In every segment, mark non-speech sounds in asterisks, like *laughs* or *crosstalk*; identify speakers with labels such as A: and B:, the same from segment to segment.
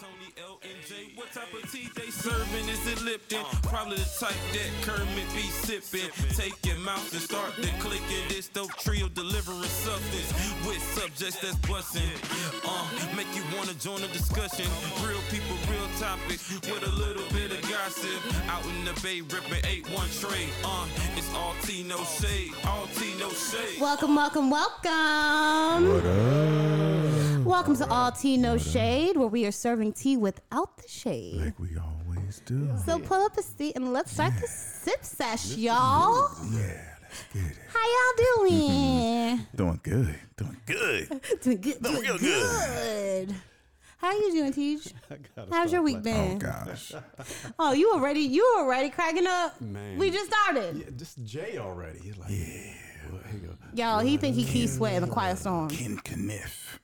A: Tony L and J. What type of tea they serving? Is it Lipton? Probably the type that Kermit be sipping. Take your mouth and start to clicking. This dope trio delivering substance with subjects that's busting. Uh, make you wanna join the discussion. Real people, real topics with a little bit of gossip. Out in the bay, ripping eight one trade. Uh, it's all T no shade, all T no shade.
B: Welcome, welcome, welcome.
C: What up?
B: Welcome to All Tea No Shade, where we are serving tea without the shade.
C: Like we always do.
B: So pull up a seat and let's start the sip sesh, y'all.
C: yeah, let's get it.
B: How y'all
C: *laughs*
B: doing?
C: Doing good. Doing
B: *laughs*
C: good.
B: doing good. Doing
C: real
B: good. How are you doing, *laughs* Teach?
D: gotta
B: How's your week
C: Oh
B: been?
C: gosh.
B: Oh, you already you already cracking up.
D: Man.
B: We just started.
D: Yeah, just Jay already. He's like, well, here you go.
B: Y'all, he think he keeps sweating the quiet storm.
C: Ken Kniff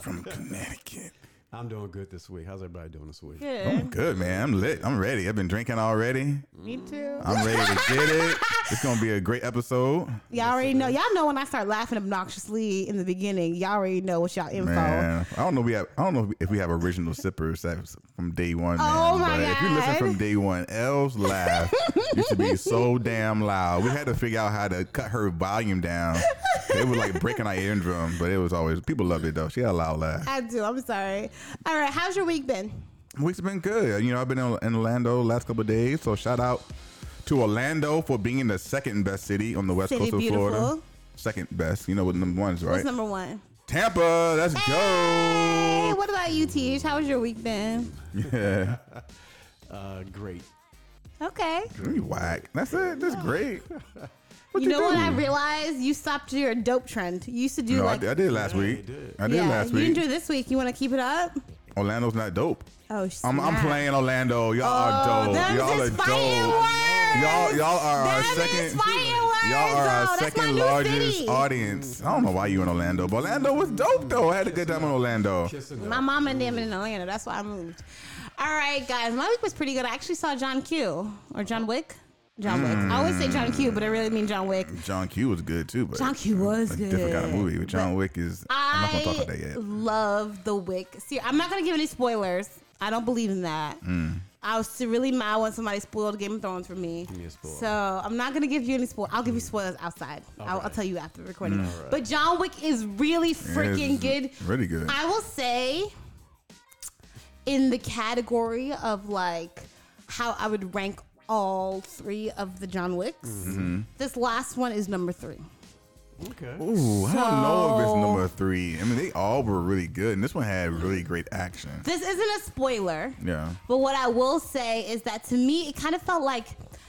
C: from
B: Mm.
C: Connecticut.
D: I'm doing good this week. How's everybody doing this week?
B: Yeah,
C: Doing good, man. I'm lit. I'm ready. I've been drinking already.
B: me too.
C: I'm ready to get it. It's gonna be a great episode.
B: Y'all already know. Y'all know when I start laughing obnoxiously in the beginning. Y'all already know what y'all info.
C: Man, I don't know. We have. I don't know if we have original sippers that- from day one. Man.
B: Oh, my
C: but If you listen
B: God.
C: from day one, Elle's laugh used
B: *laughs*
C: to be so damn loud. We had to figure out how to cut her volume down. It was like breaking our eardrum, but it was always people loved it though. She had a loud laugh.
B: I do. I'm sorry. All right. How's your week been?
C: Week's been good. You know, I've been in, in Orlando the last couple of days, so shout out to Orlando for being the second best city on the west
B: City
C: coast of Florida.
B: beautiful.
C: Second best, you know what number one is, right?
B: What's number one?
C: Tampa, let's
B: Hey,
C: go.
B: what about you, Tish? How was your week been?
C: Yeah. *laughs*
D: Uh, great.
B: Okay.
C: You whack. That's it. That's
B: *laughs*
C: great.
B: you, know what
C: do?
B: I realized? You stopped your dope trend. You used to do
C: no,
B: like.
C: I, I did last
D: Yeah,
C: week.
D: you did.
C: I did
B: yeah,
C: last
B: you
C: week.
B: didn't do it this week. You want to keep it up?
C: Orlando's not dope.
B: Oh,
C: I'm, I'm
B: snap.
C: playing Orlando. Y'all
B: Oh,
C: are dope.
B: them
C: Y'all are
B: is
C: dope.
B: fighting words.
C: Y'all, y'all are our
B: Them is
C: second.
B: fighting words,
C: Y'all are
B: though.
C: our
B: That's my
C: second
B: new
C: largest
B: city.
C: audience. I don't know why you in Orlando, but Orlando was dope though. I had a good time in Orlando.
D: Kissing
B: My mom and them in Atlanta. That's why I moved. All right, guys. My week was pretty good. I actually saw John Q or John Wick. John Wick. I always say John Q, but I really mean John Wick.
C: John Q was good too, but
B: John Q was
C: a
B: good.
C: different kind of movie. But John Wick is. I'm not gonna talk about that
B: I
C: yet.
B: love the Wick. See, I'm not gonna give any spoilers. I don't believe in that.
C: Mm.
B: I was really mad when somebody spoiled Game of Thrones for me.
D: me a spoiler.
B: So I'm not gonna give you any spoil. I'll give you spoilers outside. I'll, I'll
D: right.
B: tell you after the recording. But John Wick is really freaking good.
C: it's really good.
B: I will say, in the category of like how I would rank all three of the John Wicks,
C: Mm-hmm.
B: this last one is number three.
D: Okay.
C: Ooh, I don't know if it's
B: So-
C: number three. I mean, they all were really good, and this one had really great action.
B: This isn't a spoiler.
C: Yeah.
B: But what I will say is that to me, it kind of felt like,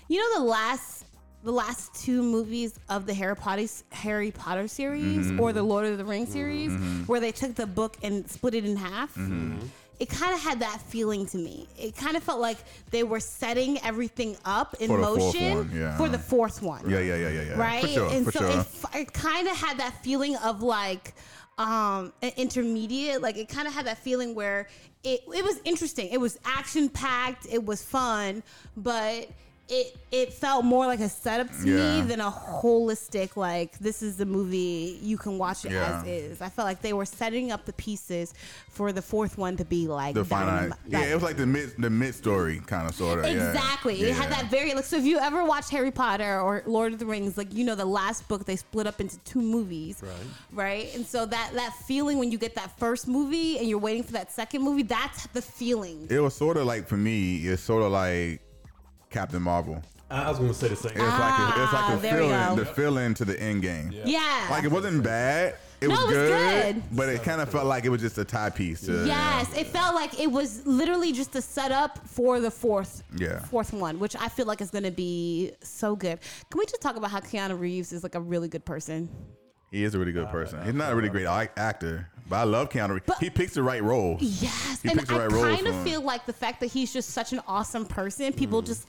B: you know, the last, the last two movies of the Harry Potter Harry Potter series
C: Mm-hmm.
B: or the Lord of the Rings series, where they took the book and split it in half.
C: Mm-hmm.
B: It kind of had that feeling to me. It kind of felt like they were setting everything up in
C: For the fourth
B: motion
C: one, yeah.
B: for the fourth one
C: Yeah, yeah, yeah, yeah, yeah.
B: right?
C: For sure,
B: and
C: for
B: so
C: sure.
B: it, f- it kind of had that feeling of like um, an intermediate. Like it kind of had that feeling where it it was interesting. It was action packed. It was fun, but. It, it felt more like a setup to
C: Yeah.
B: me than a holistic like this is the movie you can watch it
C: Yeah.
B: as is. I felt like they were setting up the pieces for the fourth one to be like
C: the final,
B: dynam-
C: yeah, it was like the mid, the mid story kind of sort of.
B: Exactly.
C: Yeah.
B: It had that very like. So if you ever watched Harry Potter or Lord of the Rings, like you know the last book they split up into two movies, right? And so that that feeling when you get that first movie and you're waiting for that second movie, that's the feeling.
C: It was sort of like for me, it's sort of like Captain Marvel.
D: I was gonna say the same.
C: It's like a, it's like
B: Ah,
C: a
B: there we go.
C: feeling, the feeling to the end game.
B: yeah.
C: Like it wasn't bad. It
B: No,
C: was,
B: it was
C: good,
B: good.
C: but it kind of felt like it was just a tie piece. to-
B: Yes, it felt like it was literally just a setup for the fourth,
C: Yeah.
B: fourth one, which I feel like is going to be so good. Can we just talk about how Keanu Reeves is like a really good person?
C: he is a really good person. He's not a really great ac- actor, but I love Keanu. Reeves.
B: But-
C: he picks the right roles.
B: Yes,
C: He
B: and
C: picks the
B: I
C: right role
B: kind
C: for him. Mm.
B: of feel like the fact that he's just such an awesome person, people just.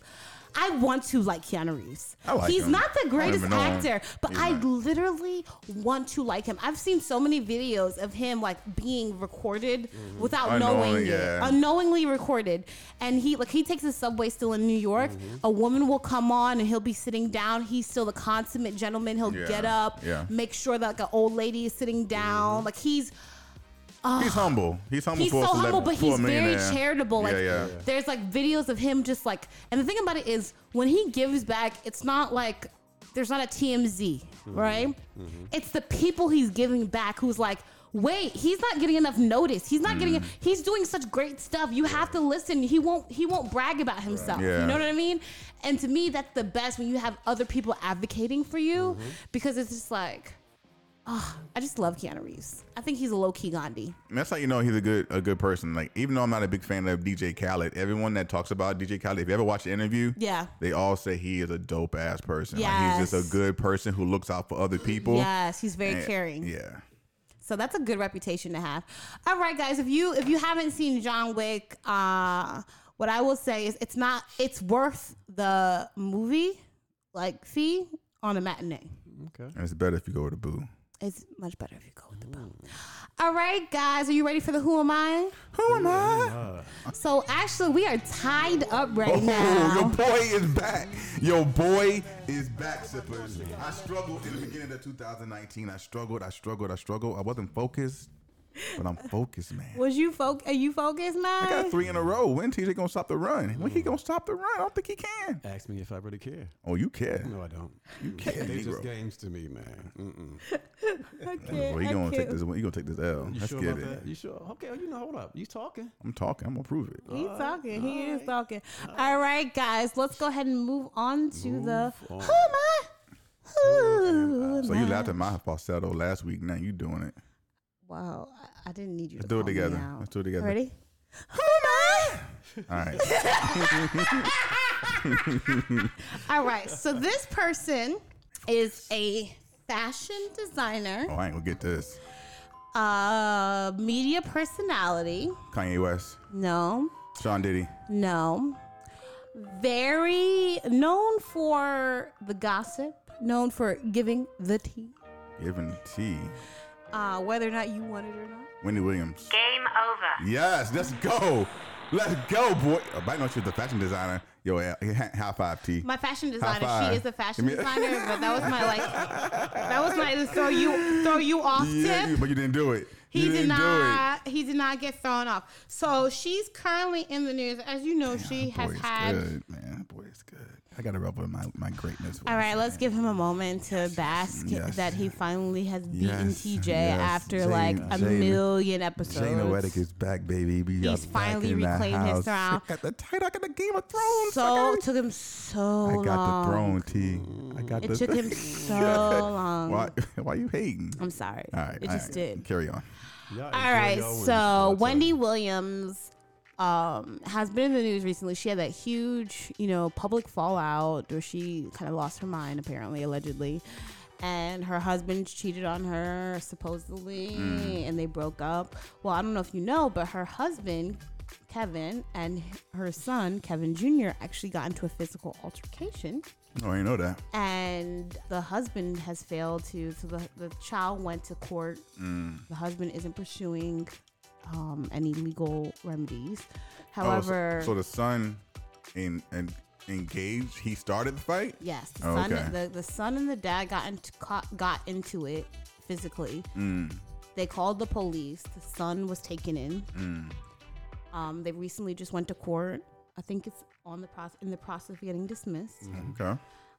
B: I want to like Keanu Reeves.
C: I like
B: he's
C: him.
B: not
C: I
B: the
C: don't
B: greatest
C: even know him.
B: actor, but
C: He's
B: I
C: not.
B: literally want to like him. I've seen so many videos of him like being recorded without
C: Unknowingly,
B: knowing
C: Mm-hmm. yeah.
B: it, unknowingly recorded. And he like he takes the subway still in New York.
C: Mm-hmm.
B: A woman will come on and he'll be sitting down. He's still the consummate gentleman. He'll
C: Yeah. Mm-hmm.
B: get up,
C: Yeah.
B: make sure that like an old lady is sitting down. Like he's
C: he's humble. He's humble
B: Ah. He's
C: for
B: so
C: a celeb-
B: humble, but
C: for a
B: he's very
C: millionaire.
B: charitable. Like
C: yeah, yeah.
B: there's like videos of him just like, and the thing about it is when he gives back, it's not like there's not a TMZ,
C: Mm-hmm.
B: right? It's the people he's giving back who's like, wait, he's not getting enough notice. He's not
C: Mm.
B: getting. He's doing such great stuff. You have to listen. He won't. He won't brag about himself.
C: Yeah.
B: You know what I mean? And to me, that's the best when you have other people advocating for you
C: Mm-hmm.
B: because it's just like. ah, I just love Keanu Reeves. I think he's a low key Gandhi.
C: And that's how you know he's a good a good person. Like even though I'm not a big fan of DJ Khaled, everyone that talks about DJ Khaled, if you ever watch the interview,
B: Yeah.
C: they all say he is a dope ass person. Like he's just
B: Yes.
C: a good person who looks out for other people.
B: Yes, he's very
C: And-
B: caring.
C: Yeah.
B: So that's a good reputation to have. All right, guys, if you if you haven't seen John Wick, uh, what I will say is it's not it's worth the movie like fee on a matinee.
D: Okay.
C: And it's better if you go to Boo.
B: It's much better if you go with the bum. All right, guys, are you ready for the Who Am I?
C: Who am I?
B: So actually, we are tied up right
C: *laughs* Oh,
B: now.
C: your boy is back. Your boy is back, Sippers. I struggled in the beginning of 2019. I struggled, I struggled, I struggled. I wasn't focused, but I'm focused, man.
B: Was you focus? Are you focused, man?
C: I got three in a row. When TJ gonna stop the run? When he gonna stop the run? I don't think he can.
D: Ask me if I really care.
C: Oh, you care.
D: No, I don't.
C: can't,
D: They
C: Negro.
D: just games to me, man. Mm-mm.
B: Okay,
C: Well, he gonna take
B: okay.
C: this. He gonna take this L.
D: You
C: Let's
D: sure
C: get
D: about
C: it.
D: that? You sure? Okay, you know, hold up. You talking?
C: I'm talking. I'm gonna prove it.
B: He's talking. He is talking. All right, guys, let's go ahead and move on to the
D: on.
B: who am I? Who am
C: So you
B: I?
C: laughed at my falsetto last week. Now you doing it.
B: Wow, I- I didn't need you.
C: Let's
B: to
C: do it
B: call me
C: together.
B: out.
C: Let's do it together.
B: Ready? Who am I?
C: All
D: *laughs*
C: right.
B: All right. So this person is a fashion designer,
C: Oh, I ain't gonna get this.
B: uh, media personality.
C: Kanye West,
B: No,
C: Sean Diddy.
B: no. Very known for the gossip. Known for giving the tea.
C: Giving T.
B: uh, whether or not you want it or not.
C: Wendy Williams.
E: Game over.
C: Yes, let's go. Let's go, boy. Oh, but I know she's the fashion designer. Yo, eh, ha- high five, T.
B: My fashion
C: High
B: designer.
C: five.
B: She is a fashion
C: Give me-
B: designer, but that was my like, that
C: *laughs*
B: was my throw you throw you off
C: yeah, you-
B: tip.
C: but you didn't do it.
B: He
C: you
B: did
C: didn't do
B: not. He did not get thrown off. So she's currently in the news, as you know.
C: it.
B: she has
C: That boy is
B: had.
C: good, man. That Boy, it's good. I gotta rub on my my greatness.
B: All right, let's give him a moment to bask
C: yes.
B: that he finally has beaten
C: Yes,
B: TJ
C: yes.
B: after
C: Jane-
B: like a
C: Jane-
B: million episodes.
C: Jane Oedic is back, baby. We are
B: He's finally
C: back in the
B: reclaimed his
C: house.
B: throne.
C: I got the title. I got the Game of Thrones.
B: so
C: I
B: took him so
C: got, I got
B: long.
C: the throne, T. I got the.
B: It took him so long.
C: *laughs* why? *laughs* Why you hating?
B: I'm sorry.
C: all right,
B: it
C: all
B: just
C: right.
B: did.
C: Carry on.
D: Y'all
B: All
D: enjoy
B: right,
D: y'all wins,
B: so
D: I'll tell
B: Wendy
D: you.
B: Williams um, has been in the news recently. She had that huge, you know, public fallout where she kind of lost her mind, apparently, allegedly. And her husband cheated on her, supposedly, and they broke up. Well, I don't know if you know, but her husband, Kevin, and her son, Kevin Jr., actually got into a physical altercation
C: Oh, I know that.
B: and the husband has failed to so the, the child went to court
C: Mm.
B: the husband isn't pursuing um, any legal remedies however
C: oh, so, so the son, in and engaged. He started the fight.
B: yes the
C: Oh,
B: son
C: okay.
B: the, the son and the dad got into caught, got into it physically
C: Mm.
B: they called the police the son was taken in
C: Mm.
B: um, they recently just went to court i think it's on the process in the process of getting
C: Mm-hmm.
B: dismissed
C: Okay.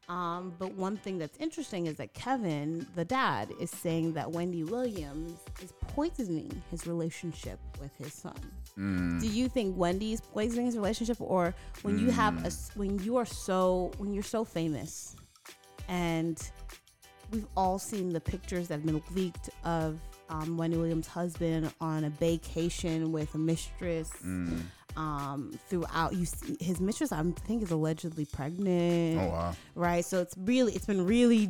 B: Um, but one thing that's interesting is that Kevin, the dad, is saying that Wendy Williams is poisoning his relationship with his son.
C: Hmm.
B: Do you think Wendy is poisoning his relationship, or when you have
C: Hmm.
B: a s- when you are so when you're so famous, and we've all seen the pictures that have been leaked of um, Wendy Williams' husband on a vacation with a mistress.
C: Hmm.
B: Um, throughout, you see his mistress, I think, is allegedly pregnant
C: Oh wow.
B: right? So it's really it's been really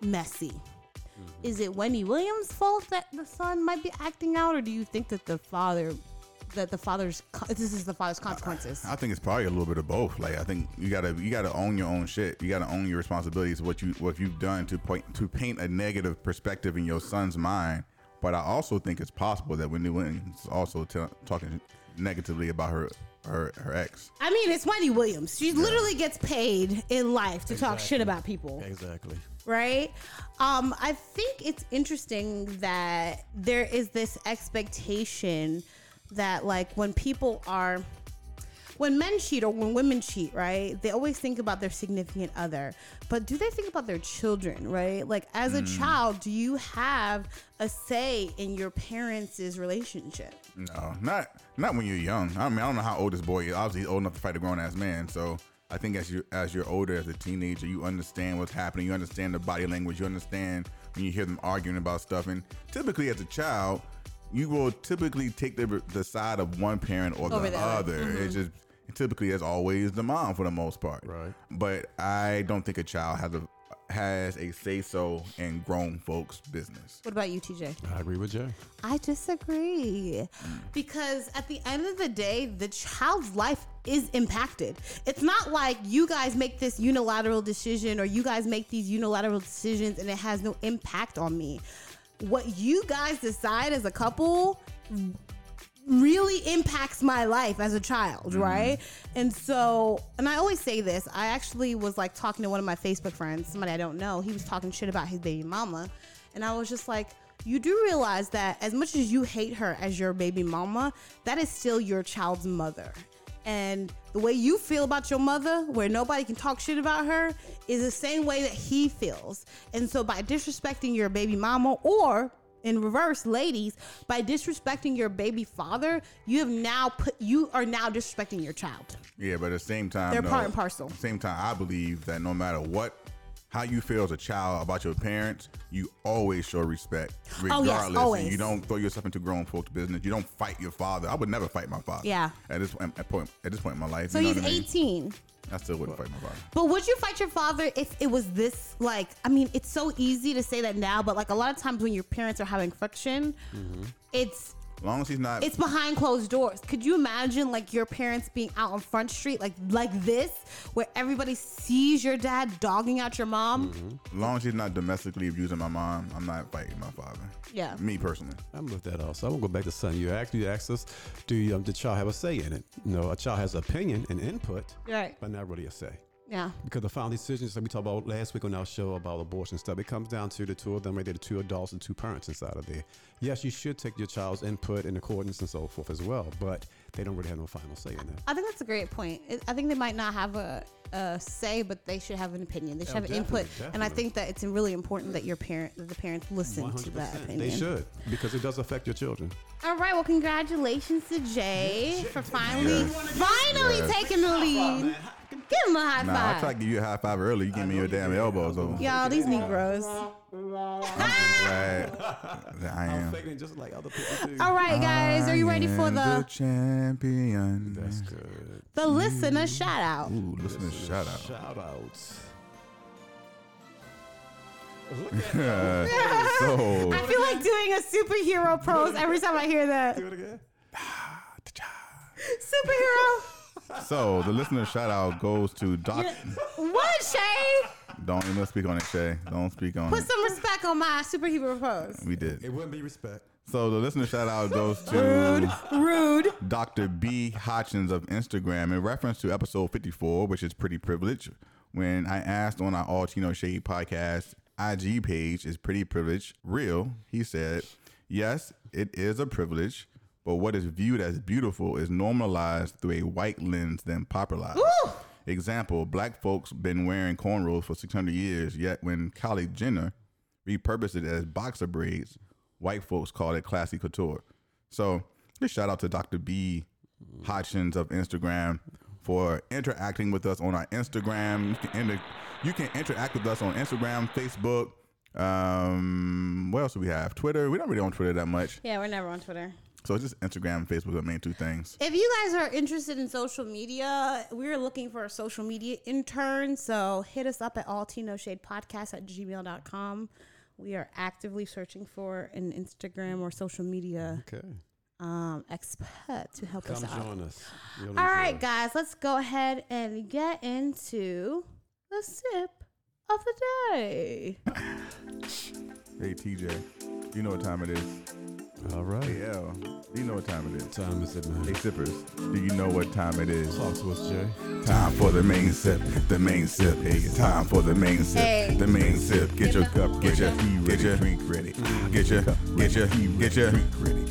B: messy. Is it Wendy Williams' fault that the son might be acting out, or do you think that the father that the father's co- this is the father's consequences?
C: I think it's probably a little bit of both. Like I think you gotta you gotta own your own shit. You gotta own your responsibilities. What you what you've done to point to paint a negative perspective in your son's mind. But I also think it's possible that Wendy Williams is also t- talking negatively about her her her ex.
B: I mean, it's Wendy Williams. She literally gets paid in life to talk shit about people.
D: Exactly.
B: right? Um, I think it's interesting that there is this expectation that, like, when people are, when men cheat or when women cheat, right, they always think about their significant other. But do they think about their children, right? Like, as a child, do you have a say in your parents' relationship?
C: No, not not when you're young. I mean, I don't know how old this boy is. Obviously, he's old enough to fight a grown ass man. So I think as you as you're older, as a teenager, you understand what's happening. You understand the body language. You understand when you hear them arguing about stuff. And typically, as a child, you will typically take the the side of one parent or
B: Over
C: the,
B: the other.
C: other. Mm-hmm. It's just typically as always the mom for the most part.
D: Right.
C: But I don't think a child has a has a say so in grown folks' business.
B: What about you, TJ?
D: I agree with Jay.
B: I disagree. Because at the end of the day, the child's life is impacted. It's not like you guys make this unilateral decision or you guys make these unilateral decisions and it has no impact on me. What you guys decide as a couple really impacts my life as a child, right? And so, and I always say this. I actually was like talking to one of my Facebook friends, somebody I don't know. He was talking shit about his baby mama, and I was just like, "You do realize that as much as you hate her as your baby mama, that is still your child's mother." And the way you feel about your mother, where nobody can talk shit about her, is the same way that he feels. And so, by disrespecting your baby mama or in reverse, ladies, by disrespecting your baby father, you have now put you are now disrespecting your child.
C: Yeah, but at the same time,
B: They're
C: though,
B: part and parcel.
C: At the same time, I believe that no matter what, how you feel as a child about your parents, you always
B: *gasps*
C: show respect, regardless. And
B: Oh, always.
C: You don't throw yourself into grown folks' business. You don't fight your father. I would never fight my father.
B: Yeah.
C: At this point, at point, at this point in my life,
B: So
C: you know
B: he's
C: what I mean?
B: 18.
C: I still wouldn't fight my father.
B: But would you fight your father if it was this like I mean, it's so easy to say that now, but like a lot of times when your parents are having friction,
C: Mm-hmm.
B: it's
C: As long as he's not.
B: it's behind closed doors. Could you imagine like your parents being out on Front Street like like this where everybody sees your dad dogging out your mom?
C: as long as he's not domestically abusing my mom, I'm not fighting my father.
B: Yeah.
C: Me personally.
D: I'm with that also. I'm gonna go back to something you asked. You asked us, do you, um, the child have a say in it? No, a child has opinion and input,
B: Right.
D: but not really a say.
B: Yeah.
D: Because the final decisions that we talked about last week on our show about abortion stuff, it comes down to the two of them right there, the two adults and two parents inside of there. Yes, you should take your child's input and accordance and so forth as well, but they don't really have no final say in it.
B: I think that's a great point. It- I think they might not have a, a say, but they should have an opinion. They should
D: Oh,
B: have an input,
D: definitely,
B: and I
D: definitely.
B: think that it's really important that your parent, that the parents listen to that
D: 100%.
B: opinion.
D: They should, because it does affect your children.
B: All right. Well, congratulations to Jay for finally, finally
C: Yes.
B: taking the lead. Give him a high
C: Nah, I
B: five.
C: tried to give you a high five early. You gave me your damn elbows over.
B: Y'all, these Negroes. Ah!
C: Glad that I am.
D: it just like other people do.
B: All right, guys, are you ready
C: I
B: for
C: am
B: the
C: champion?
D: That's good.
B: the listener shout out?
C: Ooh, listen to shout out.
D: Shout outs.
C: Mm.
B: *laughs*
C: so,
B: I feel like doing a superhero pose every time I hear that.
D: Do it again.
B: Superhero.
C: so the listener shout out goes to Doc.
B: What, Shay?
C: Don't even speak on it, Shay. Don't speak on
B: Put
C: it.
B: some respect on my superhero pose.
C: We did.
D: It wouldn't be respect.
C: So the listener shout out goes to
B: Rude.
C: Dr. B. Hodgins of Instagram in reference to episode 54, which is pretty privileged. When I asked on our All Chino Shade podcast IG page, is pretty privilege real? He said, yes, it is a privilege, but what is viewed as beautiful is normalized through a white lens, then popularized. Example, black folks been wearing cornrows for 600 years, yet when Kylie Jenner repurposed it as boxer braids, white folks called it classy couture. So just shout out to Dr. B Hodgins of Instagram for interacting with us on our Instagram. You can, inter- you can interact with us on Instagram, Facebook. Um, what else do we have? Twitter. We're not really on Twitter that much.
B: Yeah, we're never on Twitter.
C: So it's just Instagram and Facebook are the main two things.
B: If you guys are interested in social media, we're looking for a social media intern. So hit us up at all Shade Podcast at gmail.com. We are actively searching for an Instagram or social media
D: Okay.
B: um, expert to help
D: Come
B: us out.
D: join us. You'll
B: All right,
D: enjoy.
B: guys, let's go ahead and get into the sip of the day.
C: Hey TJ, you know what time it is.
D: All right.
C: Yeah, you know know what time it is.
D: Time is it,
C: Hey
D: man?
C: sippers, do you know what time it is?
D: Talk to us, Jay.
C: Time for the main sip, the main sip. Hey, time for the main sip,
B: Hey.
C: the main sip. Get your cup, get your
B: Get
C: get your drink ready. Get your get your get your drink ready.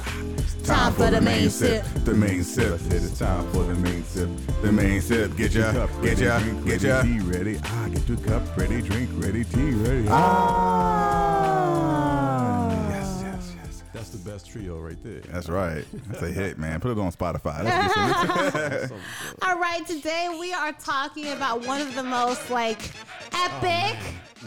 B: Time for the main sip.
C: the main sip. It's time for the main sip, the main sip. Get your cup, get your get your tea ready. Ah, get your cup ready, drink ready, tea ready. Ah, yes, yes, yes.
D: That's the best trio right there.
C: That's right. That's a hit, man. Put it on Spotify. That's
B: *laughs*
C: what it's-
B: All right, today we are talking about one of the most like epic,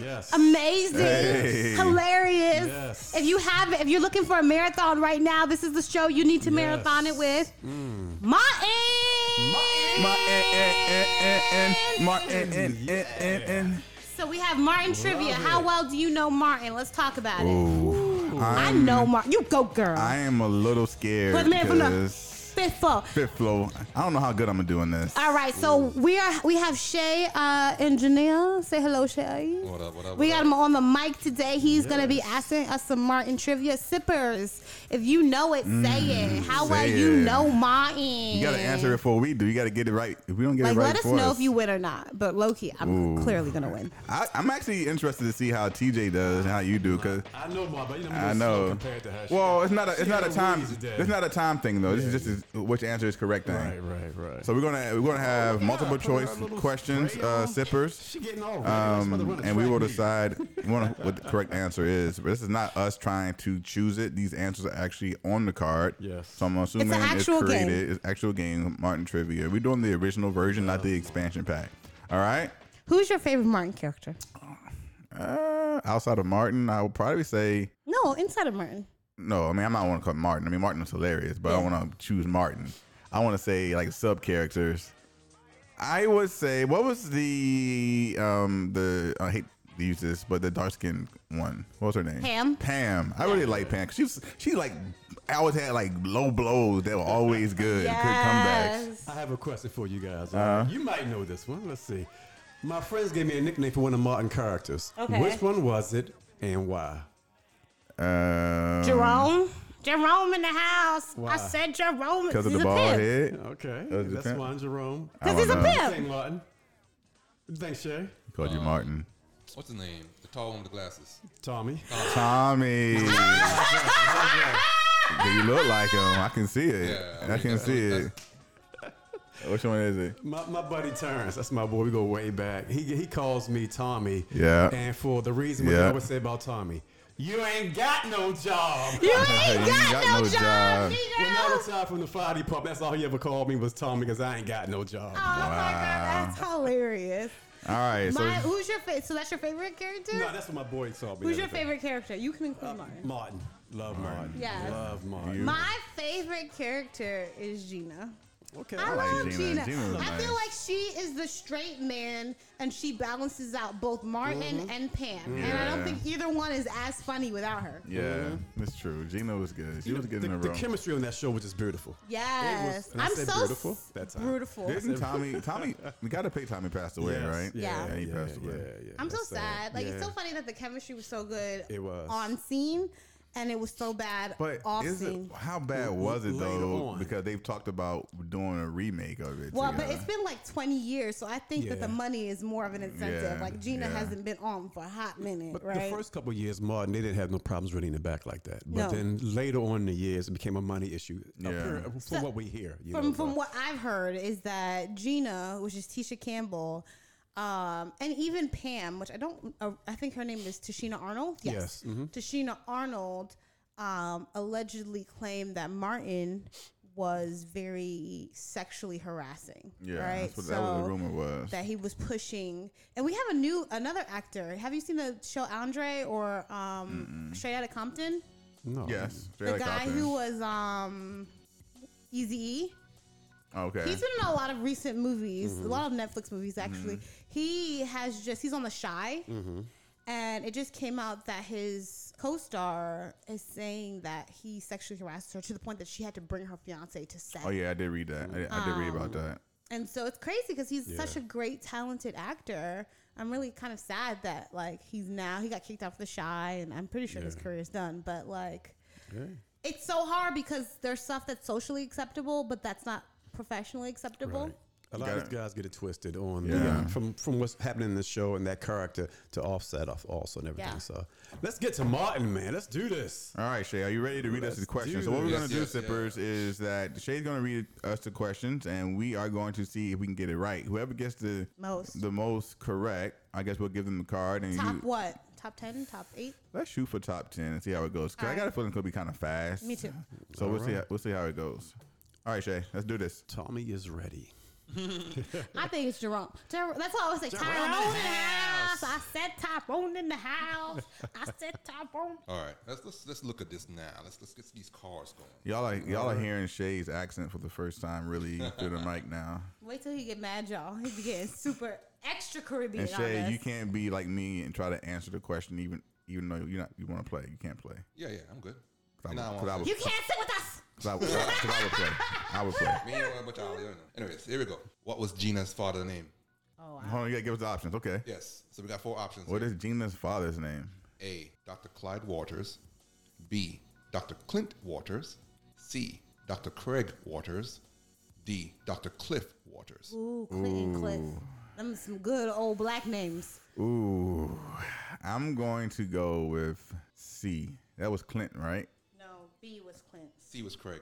D: Yes.
B: amazing,
C: Hey.
B: hilarious.
D: Oh, Yes.
B: If you have if you're looking for a marathon right now, this is the show you need to marathon it with.
D: Mm.
B: Martin.
D: eh,
C: Martin, Martin, Martin.
B: So we have Martin trivia. How well do you know Martin? Let's talk about it.
C: Ooh,
B: I
C: I'm,
B: know Martin. You go, girl.
C: I am a little scared
B: But man, from the-
C: because
B: Fitful.
C: fifth flow. I don't know how good I'm gonna do in this.
B: All right, so we are we have Shay uh, and Janelle. Say hello, Shay.
E: What up, what up,
B: We
E: what
B: got
E: up?
B: him on the mic today. He's gonna be asking us some Martin trivia. Sippers, if you know it, say it. How well
C: Mm, say
B: you
C: it.
B: know Martin?
C: You gotta answer it before we do. You gotta get it right. If we don't get
B: Like,
C: it right,
B: let us
C: for
B: know if you win or not. But Loki, I'm
C: Ooh.
B: clearly gonna win.
C: I, I'm actually interested to see how TJ does and how you do because.
D: I know, Ma, but you know, I'm
C: I
D: gonna slow
C: know.
D: compared to her. She
C: Well,
D: got-
C: it's not a
D: she
C: it's not
D: got
C: a time
D: wheeze today.
C: it's not a time thing though. This
D: Yeah,
C: is just a, which answer is correct thing.
D: Right, right, right.
C: So we're gonna we're gonna have multiple
D: put her
C: choice
D: little
C: questions,
D: spray
C: uh,
D: on.
C: sippers.
D: She getting all ready. That's about to
C: Um,
D: run a
C: and we
D: track
C: will
D: meet. *laughs*
C: decide wanna- what the correct answer is. But this is not us trying to choose it. These answers are actually on the card.
D: Yes.
C: So I'm assuming it's,
B: actual game.
C: created. It's actual game, Martin Trivia. We're doing the original version, not the expansion pack. All right.
B: Who's your favorite Martin character?
C: Uh, outside of Martin, I would probably say
B: No, inside of Martin.
C: no. I mean, I'm not want to call Martin. I mean, Martin is hilarious, but I want to choose Martin. I want to say like sub characters. I would say what was the um the I hate to use this, but the dark skinned one. What was her name?
B: Pam.
C: Pam. I really like Pam. 'cause She was she like I always had like low blows that were always good. Good comebacks.
D: I have a question for you guys.
C: Uh-huh.
D: Uh, you might know this one. Let's see. My friends gave me a nickname for one of Martin characters.
B: Okay.
D: Which one was it and why?
C: Um,
B: Jerome. Jerome in the house.
D: Why?
B: I said Jerome.
C: because of
B: He's a
C: the bald
B: pimp.
C: head.
D: Okay.
C: That was
D: That's
C: depend-
D: Juan Jerome.
C: I
B: Because he's
C: don't
B: a
C: know.
B: pimp.
D: Thanks, Martin. Thanks, Shay.
C: Called you Martin.
E: What's his name? The tall one with the glasses.
D: Tommy. Oh,
C: Tommy. you look like him. I can see it.
E: Yeah, I
C: I,
E: mean,
C: can
E: that's-
C: see it. Which one is it?
D: My, my buddy Terrence, that's my boy. We go way back. He he calls me Tommy.
C: Yeah.
D: And for the reason what
C: Yeah.
D: I would say about Tommy, you ain't got no job.
B: You ain't
C: *laughs* You
B: got,
C: ain't
B: no, job, Negro.
D: Another time from the fire department, that's all he ever called me was Tommy because I ain't got no job.
B: Oh my god, that's hilarious.
C: All right. So
B: My, who's your favorite? So that's your favorite character?
D: No, that's what my boy called me.
B: who's
D: the
B: your
D: other Uh, day.
B: favorite character? You can include Martin.
D: Martin. Love Martin.
B: Yes.
D: Love Martin.
C: You-
B: My favorite character is Gina.
D: Okay.
B: I
C: like
B: love Gina.
C: Gina. Gina's
B: I feel
C: nice.
B: like she is the straight man, and she balances out both Martin
D: Mm-hmm.
B: and Pam. And I don't
C: Yeah.
B: think either one is as funny without her.
C: yeah, that's true. Gina was good. She
D: You know,
C: was good
D: the,
C: in the
D: the
C: room.
D: chemistry on that show was just beautiful.
B: Yes,
D: and I
B: I'm
D: said
B: so
D: beautiful
B: s-
D: that time.
B: beautiful.
C: Didn't Tommy?
D: *laughs*
C: Tommy, we gotta pay. Tommy passed away,
D: Yes.
C: right?
B: Yeah.
C: he passed away.
D: yeah.
B: I'm so
D: That's
B: sad. Like it's so
D: Yeah.
B: funny that the chemistry was so good.
D: It was.
B: on scene, and it was so bad
C: But
B: off
C: is it,
B: scene.
C: how bad was it
D: Later
C: though?
D: on.
C: Because they've talked about doing a remake of it.
B: Well, but
C: together.
B: it's been like 20 years, so I think that the
D: Yeah.
B: money is more of an incentive.
C: Yeah,
B: Like Gina
C: yeah.
B: hasn't been on for a hot minute,
D: But
B: right?
D: the first couple of years, Martin, they didn't have no problems running the back like that. But
B: No.
D: then later on in the years, it became a money issue. Yeah.
C: Yeah.
D: from what we hear, you
B: from
D: know,
B: from
D: but-
B: what I've heard is that Gina, which is Tisha Campbell, um, and even Pam, which I don't, uh, I think her name is Tashina Arnold. Yes,
D: Yes,
C: Mm-hmm.
D: mhm.
B: Tashina Arnold um, allegedly claimed that Martin was very sexually harassing.
C: yeah,
B: right?
C: that's what, that was the
B: So-
C: rumor was.
B: that he was pushing. And we have a new another actor. Have you seen the show Andre or um, Straight Outta Compton?
D: no.
C: yes,
B: The
C: Straight Outta
B: guy
C: Compton.
B: who was um, Easy E.
C: okay,
B: He's been in a lot of recent movies,
C: Mm-hmm.
B: a lot of Netflix movies actually. He has just he's on The Shy,
C: Mm-hmm.
B: and it just came out that his co-star is saying that he sexually harassed her to the point that she had to bring her fiance to set.
C: oh yeah, I did read that. I, I did read about
B: Oh.
C: that.
B: And so it's crazy because he's such a great, talented actor. I'm really kind of sad that like he's now he got kicked off the shy, and I'm pretty sure his career's done. But like, it's so hard because there's stuff that's socially acceptable, but that's not professionally acceptable.
D: Right. A lot of
C: gotta-
D: these guys get it twisted on the,
C: Yeah.
D: uh, from from what's happening in the show and that character to offset off also and everything.
B: Yeah.
D: So let's get to Martin, man. Let's do this.
C: All right, Shay, are you ready to read us
D: Let's
C: the questions?
D: do
C: So what we're
D: this.
C: gonna do,
E: Yes, yes,
C: Sippers, is that Shay's gonna read us the questions, and we are going to see if we can get it right. Whoever gets the
B: Most.
C: the most correct, I guess we'll give them the card. And
B: Top
C: you-
B: what? Top ten? Top eight?
C: let's shoot for top ten and see how it goes. 'Cause I
B: All
C: got a
B: right.
C: feeling it's gonna be kind of fast.
B: Me too.
C: So we'll see.
D: Alright.
C: How, we'll see how it goes. All right, Shay, let's do this.
D: Tommy is ready.
B: I think it's Jerome. Jer- that's why I always say
D: Jerome
B: Tyrone
D: in
B: in the
D: the
B: house.
D: house.
B: I said Tyrone in the house. I said Tyrone.
E: All right, let's let's let's look at this now. Let's let's get these cars going.
C: Y'all are y'all are hearing Shay's accent for the first time really through the mic now.
B: Wait till he get mad, y'all. He be getting super extra Caribbean.
C: And
B: on
C: Shay,
B: us.
C: you can't be like me and try to answer the question even even though you're not you want to play. You can't play.
E: Yeah, yeah, I'm good.
C: I
E: And
C: would-
E: I
C: could I
E: want
C: would-
E: to.
B: You can't sit with us.
C: Cause I, would- 'cause I would play. I would play.
E: Me and what y'all, you know. Anyways, here we go. What was Gina's father's name?
B: Oh,
C: Hold on, you gotta give us the options. Okay.
E: Yes. So we got four options.
C: What
E: here.
C: is Gina's father's name?
E: A. Dr. Clyde Waters. B. Dr. Clint Waters. C. Dr. Craig Waters. D. Dr. Cliff Waters.
B: Ooh, Clinton Cliff. Them some good old black names.
C: Ooh, I'm going to go with C. That was Clinton, right?
B: No, B was Clint's.
E: C was Craig.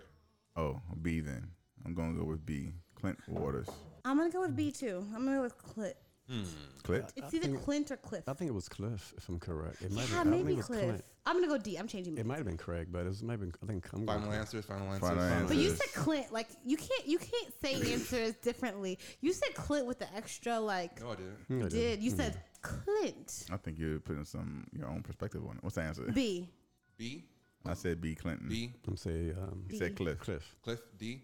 C: Oh, B then. I'm gonna go with B. Clint Waters.
B: I'm gonna go with B too. I'm gonna go with Clint.
C: Clint.
B: It's either Clint or Cliff.
D: I think it was Cliff, if I'm correct. It might
B: Yeah,
D: have, I think
B: maybe
D: it was
B: Cliff.
D: Clint.
B: I'm gonna go D. I'm changing.
D: It
B: mine.
D: might have been Craig, but it was might have been. I think I'm going
E: Final
D: Cliff.
E: answers, final answers.
C: Final
B: But you
C: Yes.
B: said Clint. Like you can't you can't *clears throat* say answers differently. You said Clint with the extra like.
E: No, I didn't.
D: I did.
B: did you said Clint?
C: I think you're putting some your own perspective on it. What's the answer?
B: B.
E: B,
C: I said B. Clinton.
E: B,
D: I'm saying um,
C: You said Cliff.
D: Cliff.
E: Cliff, D.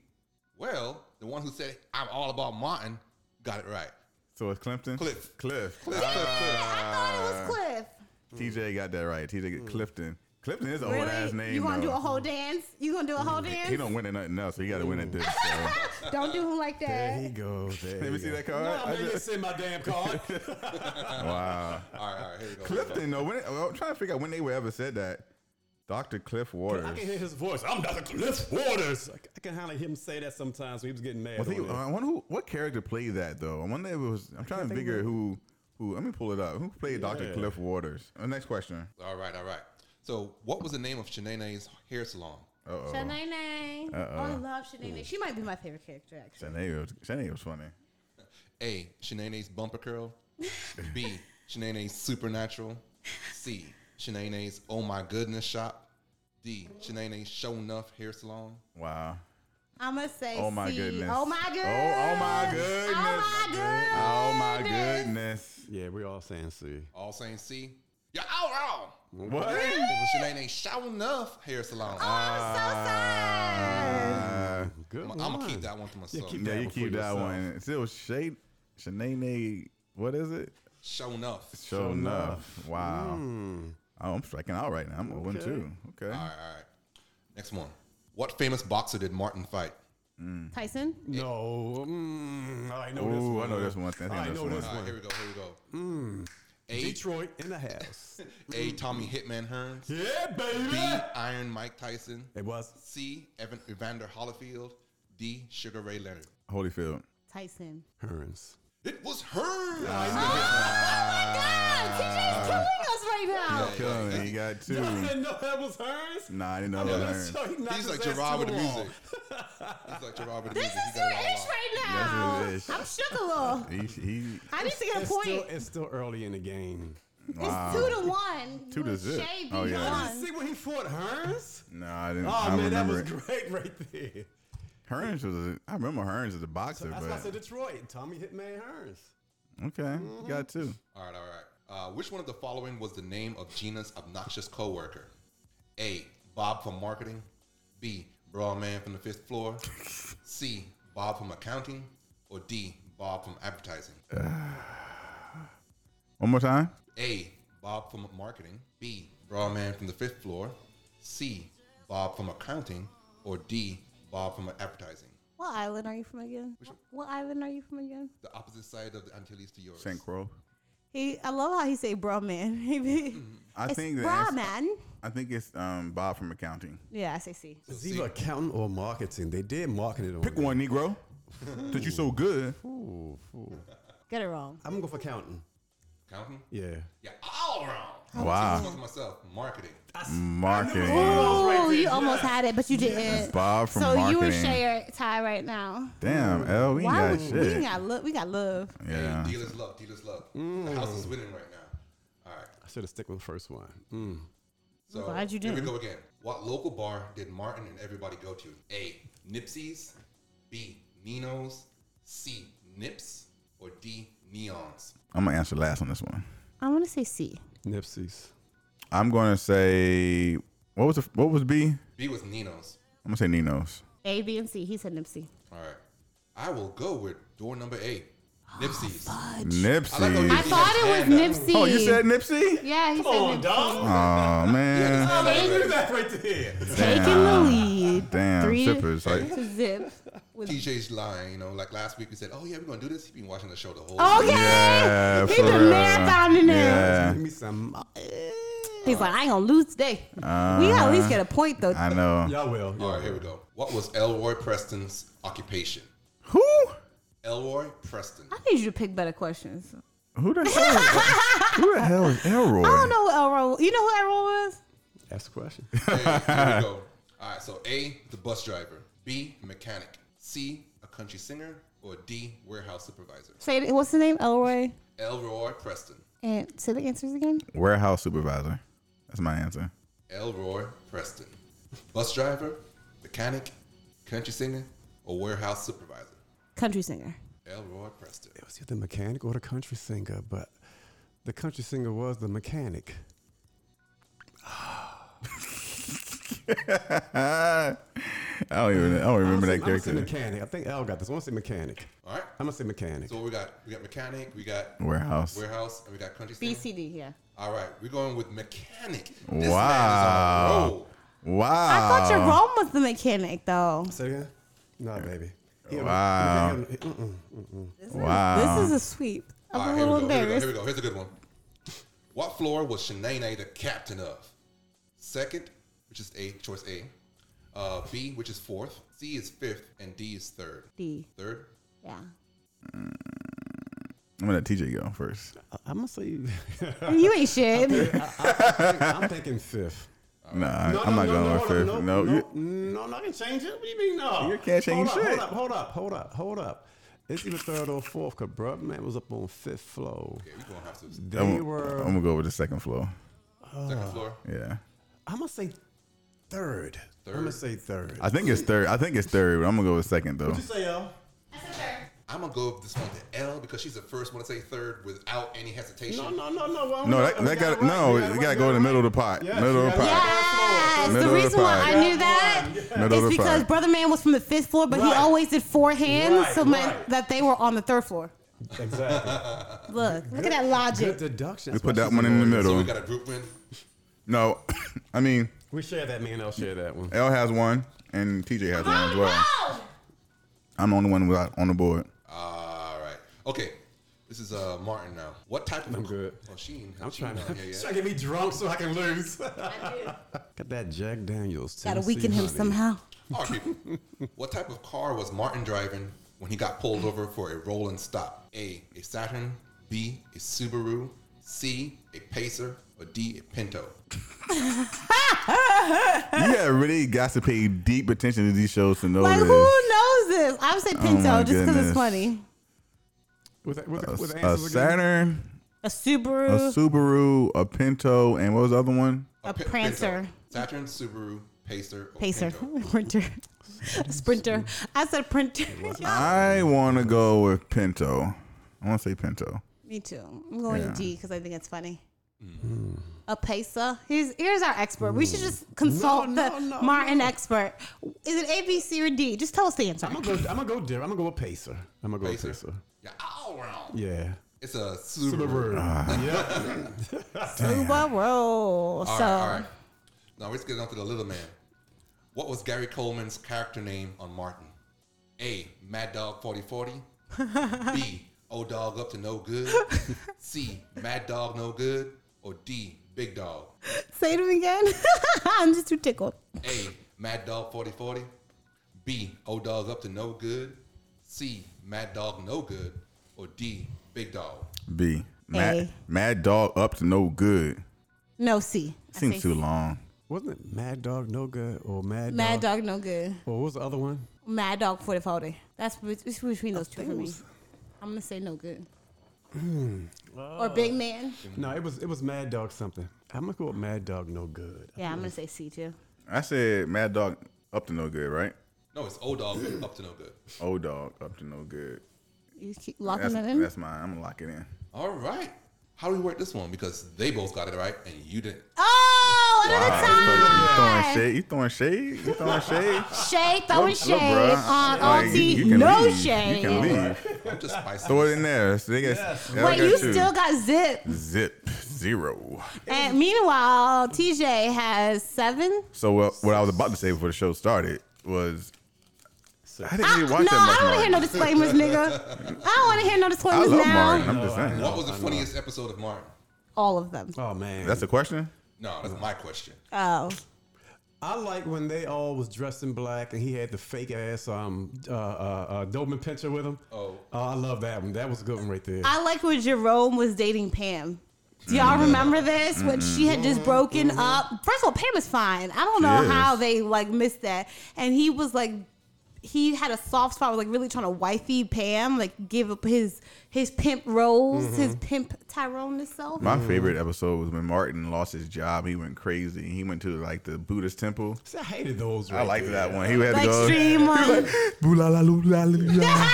E: Well, the one who said, I'm all about Martin, got it right.
C: So it's Clifton.
E: Cliff.
C: Cliff.
E: Cliff, Cliff, Cliff.
B: I thought it was Cliff.
C: TJ got that right. TJ
E: Mm.
C: got Clifton. Clifton is an old ass name.
B: you gonna
C: though.
B: do a whole dance? You gonna do a whole dance?
C: He don't win at nothing else. So you gotta win at this.
E: *laughs*
C: So.
B: Don't do him like
D: There you
B: that.
D: go. There
C: Let
D: you
C: me see
D: go.
C: that card. I
D: man,
C: just-
D: just send my damn *laughs* card.
C: wow.
E: All right, all right, here we go.
C: Clifton, though, when I'm trying to figure out when they were ever said that. Dr. Cliff
D: I
C: Waters.
D: can hear his voice. I'm Dr. Cliff Waters. I, I can hardly hear him say that sometimes when he was getting mad.
C: I, think,
D: on it.
C: I wonder who, what character played that though. I wonder if it was. I'm trying to figure who. Who? Let me pull it up. Who played Dr.
D: Yeah.
C: Cliff Waters? Uh, next question.
E: All right, all right. So, what was the name of Shanae's hair salon?
B: Shanae. Oh,
C: Uh-uh.
B: I love Shanae. She might be my favorite character actually.
C: Shanae was, Shanae was funny.
E: A. Shanae's bumper curl. B. Shanae's supernatural. C. Shanae's oh my goodness shop. D. Shanae's show enough hair salon.
C: Wow.
B: I'm gonna say.
C: Oh my
B: C.
C: goodness.
B: Oh my goodness.
C: Oh, oh my goodness. Oh my
B: goodness.
C: goodness.
D: Yeah, we're all saying C.
E: All saying C. You're all wrong.
C: What?
E: It was Shanae's show enough hair
D: Oh,
E: salon.
B: I'm so sad.
C: Uh,
D: Good.
E: I'm gonna
D: one.
E: Um, keep that one to myself.
C: yeah,
D: keep that
C: you
D: one for
C: keep that
D: yourself.
C: one. It's Still, Shade. Shanae. What is it?
E: Show enough.
C: Show enough. Wow. Oh, I'm striking out right now. I'm 0 2.
D: Okay.
C: Okay.
E: All right, all right. Next one. What famous boxer did Martin fight?
B: Tyson.
D: No. Mm, I know this
C: Ooh,
D: one.
C: I know this one. I think
D: I
C: this
D: know
C: one.
D: this
E: All right,
D: one. Hmm.
E: here we go. Here we go.
D: Detroit in the *laughs* house.
E: A. Tommy Hitman Hearns.
D: yeah, baby.
E: B. Iron Mike Tyson.
D: It was.
E: C. Evan Evander Holyfield. D. Sugar Ray Leonard.
C: Holyfield.
B: Tyson.
D: Hearns.
E: It was her.
B: Oh God, TJ's killing us right now.
C: Killing it. He got
D: *laughs*
C: two.
D: know that was *laughs* Hearns.
C: Nah, I didn't know that was Hearns.
E: He's like Gerard with the music. He's like Gerard with the
B: This
E: music.
B: is
E: He got
B: your
E: it all
B: ish
E: wrong.
B: right
C: That's
B: now.
C: what it is.
B: I'm shook a little.
C: He, he,
B: I need to get a
D: It's
B: point.
D: still, it's still early in the game.
C: wow.
B: It's two to one.
C: *laughs* Two to
B: With
C: zip.
B: Shay
C: Oh,
B: being
C: yeah.
B: one.
D: See when he fought Hearns?
C: nah, I didn't.
D: Oh,
C: I don't
D: man, that
C: remember
D: was
C: it.
D: great right there.
C: Hearns was. A, I remember Hearns as a boxer,
D: That's why I said
C: but
D: Detroit. Tommy Hitman Hearns.
C: okay, you got two.
E: All right, all right. Uh, which one of the following was the name of Gina's obnoxious coworker? A. Bob from marketing. B. Broad man from the fifth floor. C. Bob from accounting. Or D. Bob from advertising.
C: One more time.
E: A. Bob from marketing. B. Broad man from the fifth floor. C. Bob from accounting. Or D. Bob from advertising.
B: What island are you from again? What island are you from again?
E: The opposite side of the Antilles to yours.
C: St. Croix.
B: He, I love how he say bro man. *laughs* He be-
C: I
B: it's
C: think the
B: bra
C: answer-
B: man.
C: I think it's um, Bob from accounting.
B: Yeah, I say C.
D: It's either accounting or marketing. They did marketing on
C: Pick
D: there.
C: one, Negro. Since you so good,
B: Get it wrong.
D: I'm gonna go for accounting.
E: Accounting?
D: Yeah.
E: Yeah, all wrong.
C: Wow.
E: I was myself, marketing.
C: marketing.
B: Oh, you almost had it, but you didn't.
C: Bob from
B: so you and
C: marketing.
B: Shay are tie right now.
C: Damn, L, we ain't
B: Why
C: got
B: would we ain't
C: shit.
B: got love? We got love.
C: Yeah.
E: Hey, dealers love, dealers love. The house is winning right now. All right.
D: I should have stick with the first one. Mm.
E: So
B: glad you
E: Here
B: didn't.
E: we go again. What local bar did Martin and everybody go to? A. Nipsey's. B. Nino's. C. Nips. Or D. Neon's.
C: I'm gonna answer last on this one.
B: I want to say C.
D: Nipsey's.
C: I'm gonna say what was the, what was B? I'm
E: B was Nino's.
C: gonna say Nino's.
B: A, B, and C. He said Nipsey.
E: All right. I will go with door number eight. Nipsey's. I like how
C: Nipsey.
E: you-
B: I
E: He
B: thought
E: said
B: it
E: Panda.
B: was Nipsey.
C: Oh, you said Nipsey?
B: Yeah, he said Nipsey. *laughs*
D: *laughs*
C: Oh man,
D: that right there.
B: Taking the lead.
C: damn,
B: Three
C: zippers. Like,
B: to zip. With
E: TJ's lying, you know, like last week we said, oh yeah, we're gonna do this. He's been watching the show the whole
B: Okay.
C: yeah,
B: he
C: for
B: been
C: real.
B: marathoning it.
C: Yeah,
D: Give me some.
B: He's like, I ain't gonna lose today. we gotta at least get a point though.
C: I know.
D: Y'all will.
E: All right, here we go. What was Elroy Preston's occupation?
C: Who?
E: Elroy Preston.
B: I need you to pick better questions.
C: Who the
B: *laughs*
C: hell? Is, who the hell is Elroy?
B: I don't know what Elroy. You know who Elroy was?
D: Ask
C: *laughs*
D: a question.
E: Okay, here we go. All right, so A, the bus driver. B, mechanic. C, a country singer. Or D, warehouse supervisor.
B: Say it- what's his name? Elroy.
E: Elroy Preston.
B: And say the answers again.
C: Warehouse supervisor. That's my answer. *laughs*
E: Elroy Preston. *laughs* Bus driver, mechanic, country singer, or warehouse supervisor.
B: Country singer.
E: Elroy Preston.
D: It was either mechanic or the country singer, but the country singer was the mechanic.
C: I don't even. I don't remember that
D: I'm gonna say
C: character.
D: mechanic. I think Al got this. I want to say mechanic.
E: All right.
D: I'm gonna say mechanic.
E: So what we got we got mechanic, we got
C: Warehouse.
E: warehouse, and we got country singer.
B: B C D. Yeah.
E: All right, we're going with mechanic. This man is on a
C: Wow.
E: roll.
C: Wow.
B: I thought Jerome was the mechanic though.
D: Say again? Nah, baby. He-
C: Oh, Wow.
D: he- uh-uh. he- mm-mm.
C: Wow.
B: This is a sweep. I'm
E: All right,
B: a
E: here
B: little
E: we go. Here we go.
B: embarrassed.
E: Here we go. Here's a good one. What floor was Shanae the captain of? Second, which is A, choice A. Uh, B, which is fourth. C is fifth, and D is third.
B: D.
E: Third.
B: Yeah.
C: I'm gonna let TJ go first.
D: I- I'm gonna say. *laughs*
B: You ain't
E: *laughs*
B: shit.
D: I'm thinking fifth.
C: Nah, I'm not going with fifth.
D: No,
C: no,
D: no,
C: you-
D: no, no, I can change it. What do you mean, no?
C: You can't change
D: hold
C: shit.
D: Up, hold up, hold up, hold up, hold up. It's either third or fourth, because Brub Man was up on fifth floor.
E: Okay, we're gonna have to
D: They
C: I'm,
D: were,
C: I'm gonna go with the second floor. Ah.
E: second floor.
C: Yeah,
D: I'm gonna say third. I'm gonna say third.
C: I think it's third. I think it's third. But I'm gonna go with second though.
D: say, um, Al?
E: I'm gonna go with this one to L because she's the first one to say third without any hesitation.
D: No, no, no, no. well,
C: No,
D: we
C: that,
D: got- we
C: that got
D: it right.
C: no.
D: We
C: It
D: it
C: gotta
D: right.
C: go in the
D: We
C: middle of
D: got
C: the
D: it
C: pot.
D: Yeah,
C: Middle of
D: we
C: the
D: got it
C: pot.
B: Yes.
C: Middle
B: The
C: of the
B: reason why
C: pie.
B: I knew that
C: Middle of
B: is
C: the
B: because
C: pie.
B: Brother Man was from the fifth floor, but he
D: Right.
B: always did four hands,
D: Right,
B: so meant
D: right.
B: that they were on the third floor.
D: right. Exactly.
B: Look, look at that
D: Good
B: logic.
D: deduction.
C: We
D: That's why
C: put that
D: she's
C: one in the
D: lawyer.
E: So we
C: middle.
E: got a group win.
C: No, *laughs* I mean
D: We share that, man. I'll share that one.
C: L has one and TJ has one as well.
D: Oh!
C: I'm the only one without on the board.
E: All right. Okay. This is uh Martin now. What type of
D: I'm good.
E: Oh, she ain't,
D: I'm
E: she
D: trying
E: ain't
D: to,
E: on
D: *laughs*
E: here
D: she's
E: yet.
D: trying to get me drunk so I can lose. *laughs* Got that Jack Daniels.
B: Gotta
D: Tennessee
B: weaken him
D: honey.
B: somehow.
E: All right, people. What type of car was Martin driving when he got pulled over for a rolling stop? A. A Saturn. B. A Subaru. C. A Pacer. Or D. A Pinto.
C: You have really got to pay deep attention to these shows to know
B: Like, who
C: this.
B: knows this? I would say Pinto
C: Oh my
B: just because it's
C: goodness.
B: funny.
D: With, the- with, the- with the
C: a, a
D: answers again?
C: Saturn,
B: A
C: a
B: Subaru,
C: Subaru, a Pinto, and what was the other one?
B: A
E: Pi-
B: Prancer.
E: Pinto. Saturn, Subaru, Pacer, or
B: Pacer, *laughs*
E: Pinto.
B: Printer, Sprinter. I said Printer. *laughs*
C: I want to go with Pinto. I want to say Pinto.
B: Me too. I'm going
C: Yeah.
B: to D because I think it's funny.
D: Mm.
B: A pacer. Here's here's our expert. We should just consult
D: No, no,
B: the
D: no,
B: Martin expert. Is it A, B, C, or D? Just tell us the answer.
D: I'm gonna go. I'm gonna go. Dare. I'm gonna go with Pacer. I'm gonna go
E: Pacer.
D: with Pacer.
E: Yeah, all wrong.
D: Yeah.
E: It's a Subaru. Ah.
B: Uber roll.
E: All
B: so
E: right, all right. Now let's get on to the little man. What was Gary Coleman's character name on Martin? A. Mad Dog 4040. B. Old dog up to no good. C. Mad dog no good. Or D. Big dog.
B: Say it again. *laughs* I'm just too tickled.
E: A. Mad dog 4040. B. Old dog up to no good. C. Mad dog no good. Or D. Big dog.
C: B. Mad,
B: A.
C: Mad Dog up to no good.
B: No C. I say
C: Seems too
B: C.
C: long.
D: Wasn't it Mad Dog No Good or Mad,
B: Mad
D: Dog?
B: dog, no good.
D: Or what was the other one?
B: Mad dog, 40 40. That's bet- it's between those two for me. I'm gonna say no good.
D: Hmm.
B: Or
D: Oh.
B: big man.
D: No, it was it was Mad Dog something. I'm gonna go with Mad Dog No Good.
B: Yeah, I'm gonna say C too.
C: I said Mad Dog up to no good, right?
E: No, it's old dog up to no good.
C: Old Dog up to no good.
B: You keep locking
C: That's,
B: that in.
C: that's mine. I'm gonna lock it in.
E: All right. How do we work this one? Because they both got it right and you didn't.
B: Oh, another
C: Wow,
B: time.
C: so you throwing shade? You throwing shade? You throwing shade?
B: Shade, *laughs* throwing shade
C: Look, bruh,
B: on
C: like,
B: auntie.
C: you- you can
B: no
C: leave.
B: shade.
C: You can leave.
E: I'm
D: *laughs*
E: just spicing.
C: Throw it
E: this
C: in
E: up.
C: there. So they got, they
B: Wait,
C: got
B: you
C: two.
B: still got zip.
C: zip zero.
B: And meanwhile, TJ has seven.
C: So what, what I was about to say before the show started was I didn't
B: I,
C: really
B: Ah, no,
C: watch that
B: I
C: much.
B: don't want to hear no
C: Martin.
B: disclaimers, nigga. I don't want to hear no
C: I
B: disclaimers
C: love
B: now.
C: Martin. I'm just saying.
E: What was the funniest episode of Martin?
B: All of them.
D: Oh man,
C: That's a question.
E: No, that's
C: *laughs*
E: my question.
B: Oh,
D: I like when they all was dressed in black and he had the fake ass um uh uh, uh Doberman pincher with him.
E: Oh.
D: I love that one. That was a good one right there.
B: I like when Jerome was dating Pam. Do
C: Mm.
B: y'all remember this? When she had just broken up. First of all, Pam is fine. I don't know
C: Mm-hmm. She is.
B: how they like missed that. And he was like, he had a soft spot, was like really trying to wifey Pam, like give up his his pimp roles, his
C: Mm-hmm.
B: pimp Tyrone himself.
C: My
D: Mm.
C: favorite episode was when Martin lost his job. He went crazy. He went to like the Buddhist temple.
D: See, I hated those.
C: I
D: right
C: liked
D: there.
C: that one. He had
B: The
C: to go. *laughs*
B: extreme one.
C: Boo la la loo la li la.
B: *laughs*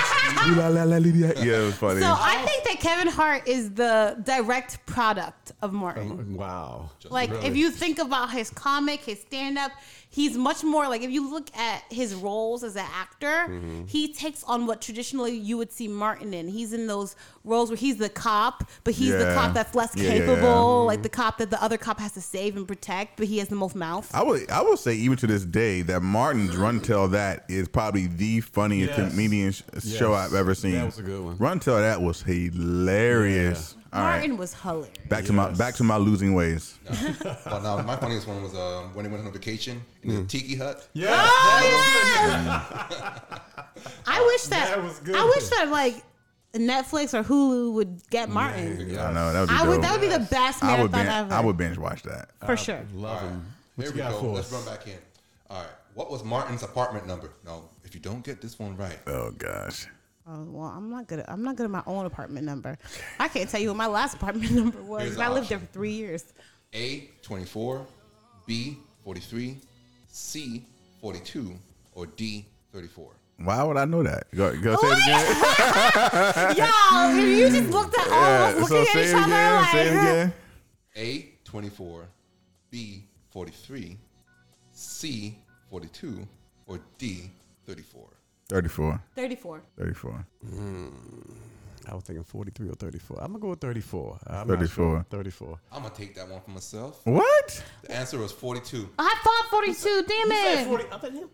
C: Boo la la la li
D: *laughs*
C: la. Yeah, it was funny.
B: So uh, I think that Kevin Hart is the direct product of Martin.
D: Wow.
B: Like if you think about his comic, his stand up, he's much more like if you look at his roles as an actor,
C: Mm-hmm.
B: he takes on what traditionally you would see Martin in. He's in those roles where he's the cop, but he's the
C: Yeah.
B: cop that's less
C: Yeah, Mm-hmm. yeah, yeah.
B: capable, like the cop that the other cop has to save and protect, but he has the most mouth.
C: I would I will say even to this day that Martin's Run Tell That is probably the funniest
D: Yes.
C: comedian sh- show I've ever seen.
D: That was a good one.
C: Run Tell That was hilarious. All right,
B: Martin was hilarious.
C: back to my back to my losing ways.
E: Well, now uh, my funniest one was um, when they went on vacation in
C: Mm.
E: the tiki hut.
D: Yeah.
B: Oh, I wish that,
D: That was good.
B: I wish that like Netflix or Hulu would get Martin.
C: I know that would be
B: I would.
C: dope.
B: That would be the best
C: I would
B: marathon
C: binge,
B: ever.
C: I would binge watch that.
B: for sure.
D: Love
C: Mm.
E: All right,
D: him. What
E: here
D: you
E: we
D: got
E: go.
D: for us?
E: Let's run back in. All right, what was Martin's apartment number? No, if you don't get this one right,
C: Oh gosh.
B: Oh, well, I'm not good. At, I'm not good at my own apartment number. I can't tell you what my last apartment *laughs* number
E: Here's
B: was.
E: the
B: I lived there
E: option.
B: for three years.
E: A twenty four, B forty three, C forty two, or D thirty four.
C: Why would I know that? Go, go say it again.
B: Y'all, if you just looked at all of us
C: so
B: Uh, looking
C: say
B: at
C: it
B: each
C: again. say it
B: other *laughs* like.
C: again.
E: A twenty four, B forty three, C forty two, or D thirty four.
C: 34.
B: 34.
C: 34.
D: I was thinking 43 or 34. I'm gonna go with 34. I'm
C: 34.
D: 34.
E: I'm gonna take that one for myself.
C: What?
E: The answer was forty two.
B: I thought 42.
D: Say
B: Damn it.
D: 40, I, thought him,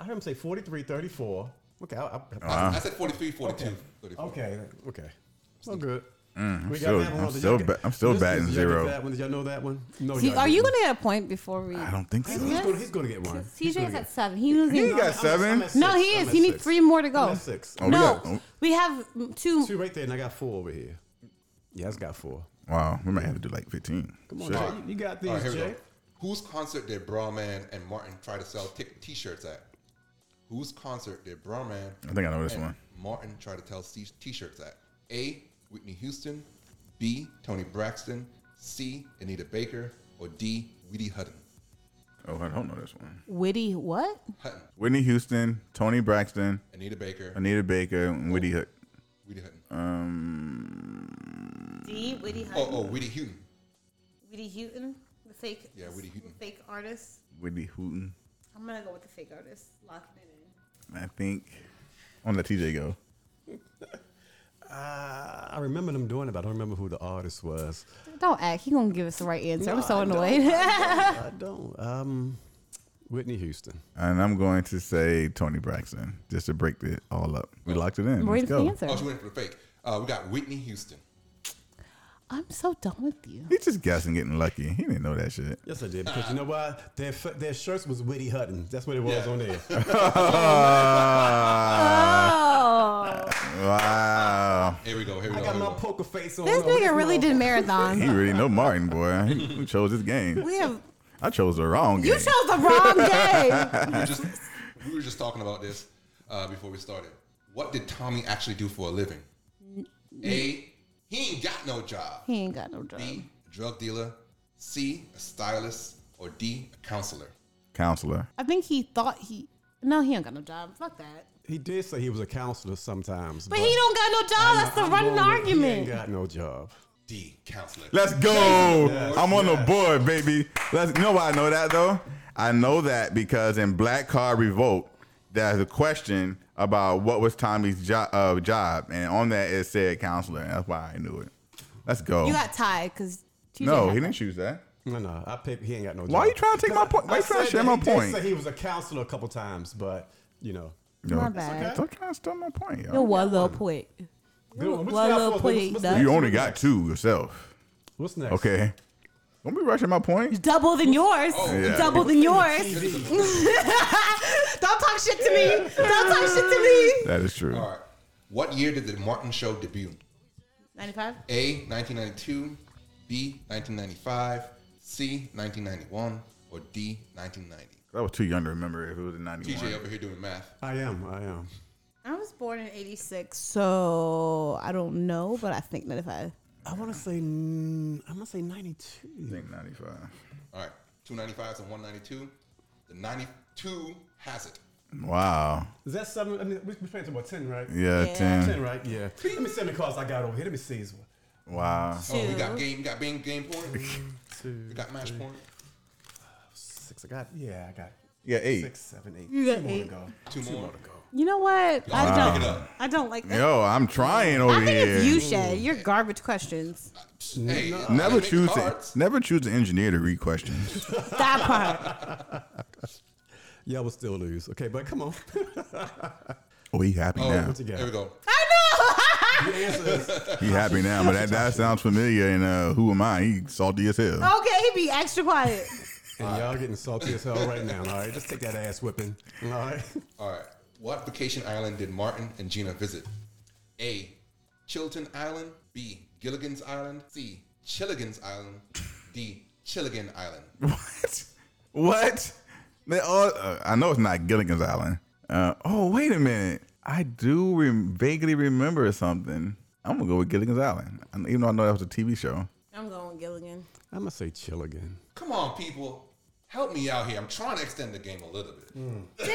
D: I heard him say 43, 34. Okay. I, I,
C: Oh,
E: I said 43, 42, 34.
D: Okay. Okay. So good. we
C: still- Mm, I'm still
D: y'all
C: ba- I'm still
D: Listeners,
C: batting
D: did y'all get
C: zero.
D: That one? Did y'all know that one? No.
B: See,
D: y'all
B: are you
D: didn't.
B: gonna get a point before we?
C: I don't think so.
D: He's gonna, he's gonna get one. He's
B: TJ's
D: gonna
B: at
D: get-
B: seven. He knows
C: He got
D: I'm
C: seven.
D: at
B: No,
D: six.
B: he
D: I'm
B: is.
D: at
B: He needs
D: six.
B: three more to
D: I'm
B: go.
D: at six.
C: Oh, we
B: No,
C: got-
B: we have mm, two.
D: Two right there, and I got four over here. Yeah, it's got four.
C: Wow, we might have to do like 15.
D: Come on,
C: Shit.
D: Jay. You got
E: All
D: these,
E: right, here we
D: Jay.
E: go. Whose concert did Bra Man and Martin try to sell t- t-shirts at? Whose concert did Bra Man
C: I think I know this
E: and
C: one.
E: Martin try to tell t- t-shirts at? A. Whitney Houston, B. Tony Braxton, C. Anita Baker, or D. Weedy Hutton.
C: Oh, I don't know this one.
B: Witty what?
E: Hutton,
C: Whitney Houston, Tony Braxton,
E: Anita Baker,
C: Anita Baker, and Whitney Hook.
E: Weedy Hutton.
C: Um,
B: D. Witty
E: oh, oh, Weedy Hutton.
B: Witty Houghton, the fake.
E: Yeah, Whitty Houghton.
B: Fake artist.
C: Whitney Hooten.
B: I'm gonna go with the fake artist. Locking it in.
C: I think. I'm gonna let TJ go.
D: Uh, I remember them doing it, but I don't remember who the artist was.
B: Don't act. He gonna give us the right answer. I'm
D: No,
B: so
D: I don't.
B: annoyed. *laughs*
D: I don't. Um, Whitney Houston.
C: And I'm going to say Tony Braxton just to break it all up. We locked it in.
B: Where's
C: Let's
B: the
C: go.
B: answer?
E: Oh, she went for the fake. Uh, we got Whitney Houston.
B: I'm so done with you.
C: He's just guessing, getting lucky. He didn't know
B: *laughs*
C: that shit. *laughs*
D: Yes, I did because you know what? Their f- their shirts was Whitty Hutton. That's what it was
E: Yeah.
D: on *laughs* there.
B: Oh,
C: Wow.
E: Here we go. Here we
D: I
E: go.
D: got
E: here we
D: my
E: go.
D: poker face on.
B: this
D: over
B: nigga really
D: floor.
B: did marathons.
C: He really know Martin, boy. He he chose this game.
B: We have
C: I chose the wrong game.
B: you chose the wrong game.
E: we, were just, we were just talking about this uh, before we started. What did Tommy actually do for a living? A. He ain't got no job.
B: He ain't got no job.
E: B. Drug dealer. C. A stylist. Or D. A counselor.
C: Counselor.
B: I think he thought he. No, he ain't got no job. Fuck that.
D: He did say he was a counselor sometimes,
B: But he don't got no job. That's the
D: I'm
B: running
D: going with he
B: argument.
D: ain't got no job.
E: D. Counselor.
C: Let's go. I'm on the board, baby. Let's you know why I know that though? I know that because in Black Card Revolt, there's a question about what was Tommy's jo- uh, job. And on that it said counselor. And that's why I knew it. Let's go.
B: You got tied because
C: no, he didn't choose that.
D: No, no, I picked. He ain't got no. job.
C: Why you trying to take my point? Why
D: I
C: you trying to
D: said
C: share
D: that
C: my
D: he did
C: point?
D: say he was a counselor a couple times, but you know,
C: Yo,
B: My bad.
C: Stop trying to steal my point,
B: Yo,
C: y'all.
B: one little point.
D: Dude, what's
B: One
D: next?
B: little
D: What's-
B: point.
D: what's
B: dog.
C: You only got two yourself.
D: what's next?
C: Okay. Don't be rushing my point.
B: Double than yours.
D: Oh,
C: yeah.
B: Double than yours. *laughs* Don't talk shit to me. Don't talk shit
D: *laughs*
B: to me.
C: That is true.
E: All right. What year did the Martin Show debut?
B: 95?
E: A. 1992. B. 1995. C. 1991. Or D. 1990.
C: I was too young to remember if it was in 91.
E: TJ over here doing math.
D: I am. I am.
B: I was born in 86, so I don't know, but I think 95.
D: I want to say. I'm gonna say 92.
C: I think 95.
E: All right. 295s and 192. The 92 has it.
C: Wow.
D: Is that seven? I mean, we- we're playing about ten, right?
C: Yeah,
B: Yeah.
C: 10.
D: Ten, right? Yeah. Let me see how many cards I got over here. Let me see. It's one,
C: Wow.
E: Oh, we got
B: Two.
E: game. We got game, game point.
D: two,
E: We got match point.
D: six. I got. Yeah, I got.
C: Yeah, eight.
D: Six, seven, eight.
B: You got
D: Two more to
B: eight.
D: go.
E: Two more.
D: to go.
B: You know what? I
E: Pick it
B: don't.
E: up.
B: I don't like that.
C: Yo, I'm trying over
B: I think
C: here.
B: it's you, Shed. You're garbage questions.
E: Hey, I
C: never
E: make the
C: choose to,
E: cards.
C: never choose an engineer to read questions.
B: That
E: *laughs*
B: part.
D: Yeah, I will still lose. Okay, but come on.
C: Oh, he happy
E: Oh,
C: now.
D: What you
E: There we
D: got?
E: go.
D: The answer is
C: He happy now, but that,
D: *laughs*
C: that sounds familiar. And uh, who am I? He salty as hell.
B: *laughs* Okay, he be extra quiet.
D: *laughs* And y'all getting salty as hell right now. All right, just take that ass whipping. All right.
E: All right. What vacation island did Martin and Gina visit? A. Chilton Island. B. Gilligan's Island. C. Chilligan's Island. D. Chilligan Island.
C: What? What? They all, uh, I know it's not Gilligan's Island. Uh, oh, wait a minute. I do rem vaguely remember something. I'm gonna go with Gilligan's Island, I- even though I know that was a TV show.
B: I'm going with Gilligan.
D: I'm gonna say chill again.
E: Come on, people. Help me out here. I'm trying to extend the game a little bit.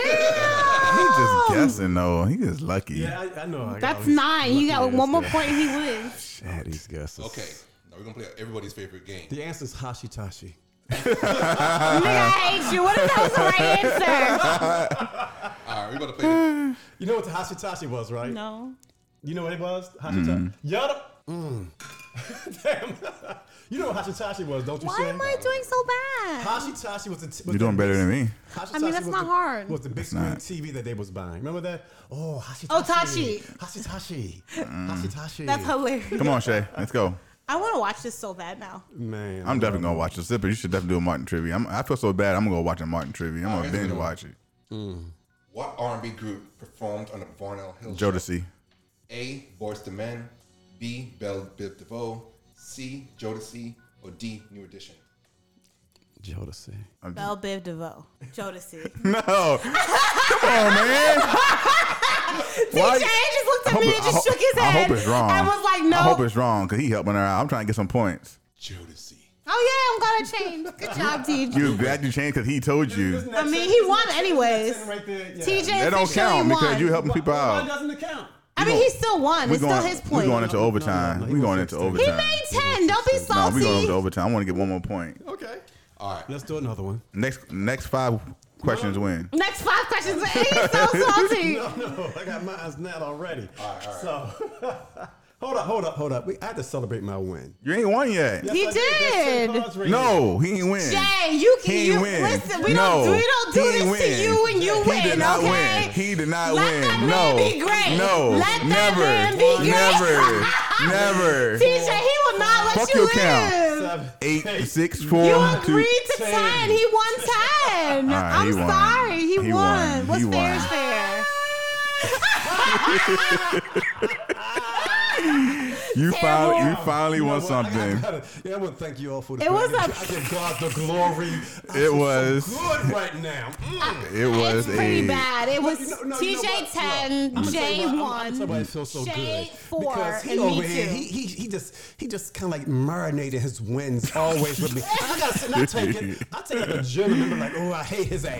C: He
B: Oh!
C: just guessing though. He just lucky.
D: Yeah, I, I know. I
B: That's nine. You got one more point and he wins.
D: All these guesses.
E: Okay. Now we're gonna play everybody's favorite game.
D: The answer is Hashitashi.
B: Nigga, I hate you. What if that was the right
E: All right, we're gonna play. The,
D: You know what the Hashitashi was, right?
B: answer? No.
D: You know what it was? Hashitashi. Yup. Mm. *laughs* Damn. *laughs* you know what Hashitashi was, don't you
B: Why
D: say?
B: am I doing so bad?
D: Hashitashi was the. T- was
C: You're doing
D: the
C: better than me.
D: Hashitashi
B: I mean, that's
D: was
B: not
D: the-
B: hard.
D: Was the big screen
C: not.
D: TV that they was buying? Remember that? Oh, Hashitashi.
B: Oh, Tashi.
D: Hashitashi.
C: Mm.
D: Hashitashi.
B: That's hilarious.
C: Come on, Shay. Let's go.
B: I want to watch this so bad now.
D: Man.
C: I'm definitely gonna watch this. Zipper, you should definitely do a Martin trivia. I'm, I feel so bad. I'm gonna go watch a Martin trivia. I'm
E: Alright,
C: gonna binge
E: cool.
C: watch it.
E: what R&B group performed on the Varnell Hill? show?
C: Jodeci.
E: A. Boys to Men. B. Belle Biv DeVoe. C. Jodeci. Or D. New Edition.
D: Jodeci.
B: Belle Biv DeVoe. Jodeci.
C: No. Come on, man. Why-
B: TJ just looked at
C: I
B: me
C: hope
B: and
C: it- I
B: just
C: ho-
B: shook his
C: I
B: head.
C: hope it's wrong.
B: I was like,
C: I hope
B: no.
C: it's wrong because he helping her out. I'm trying to get some points.
E: Jodeci.
B: Oh, yeah, I'm going to change. Good job, Tj.
C: *laughs* You glad you changed because he told you.
B: I mean, he won anyways.
D: Right there, yeah.
B: TJ
C: That don't
B: officially
C: count
B: won.
C: because you helping
D: Why-
C: people
D: Why
C: out.
D: doesn't it count?
B: I mean, he still won.
C: We
B: It's
C: going,
B: still his
C: we
B: point.
C: going into
D: No, no, no,
C: overtime.
D: he
C: we
D: was
C: going into
D: 16.
B: he
C: overtime.
B: made 10. Don't be
C: no, we
B: salty.
C: going into overtime. I want to get one more point.
D: Okay.
E: All right.
D: Let's do another one. *laughs*
C: Next, next five questions win.
B: Next five questions. *laughs* He's so salty.
D: No, no, I got mine's not already.
E: all right.
D: So, *laughs* Hold up, hold up, hold up. We, I had to celebrate my win.
C: You ain't won yet.
D: Yes,
B: He
D: I There's ten
B: did.
D: cards right here.
C: No, he ain't win.
B: Jay, you can
C: He
B: you,
C: win.
B: listen. We
C: No,
B: don't we don't do
C: he
B: this
C: win.
B: to you and you
C: He
B: win.
C: did not
B: okay?
C: win. He did not
B: Let
C: win.
B: that man
C: no.
B: be great.
C: No.
B: Let that
C: never.
B: man be great. *laughs*
C: Never. never.
B: TJ, he will not let
C: Fuck
B: you
C: your
B: live.
C: count.
D: Seven,
C: Eight,
D: eight.
C: six, four,
B: You
C: two-
B: agreed to
D: Ten.
B: ten. He won ten.
C: All right,
B: I'm
C: he won.
B: sorry. He,
C: He
B: won.
C: won.
B: What's
C: He
B: fair
C: won.
B: is fair.
C: You finally, you
B: Terrible.
C: finally
D: You know
C: won
D: what? I- I
C: something.
D: gotta- *laughs* yeah, I want to thank you all for the
B: It was
D: great-
B: a-
D: I give God the glory. I
B: *laughs*
D: feel
C: It
D: so
C: was.
D: good right now. Mm.
C: It was
B: it's pretty
C: a.
B: bad. It was
D: You know- no, you know
B: TJ
D: what? No.
B: ten,
D: I'ma tell
B: Jay
D: you why- I'ma- I'ma
B: one.
D: tell you why it feels so
B: Jay
D: good.
B: four,
D: Because he
B: and me
D: over here,
B: two.
D: he, he, he just he just kind of like marinated his wins
B: *laughs*
D: always with me. Like, I gotta sit and I take it. I take it to the gym and be like, oh, I hate his ass.
C: uh, *laughs*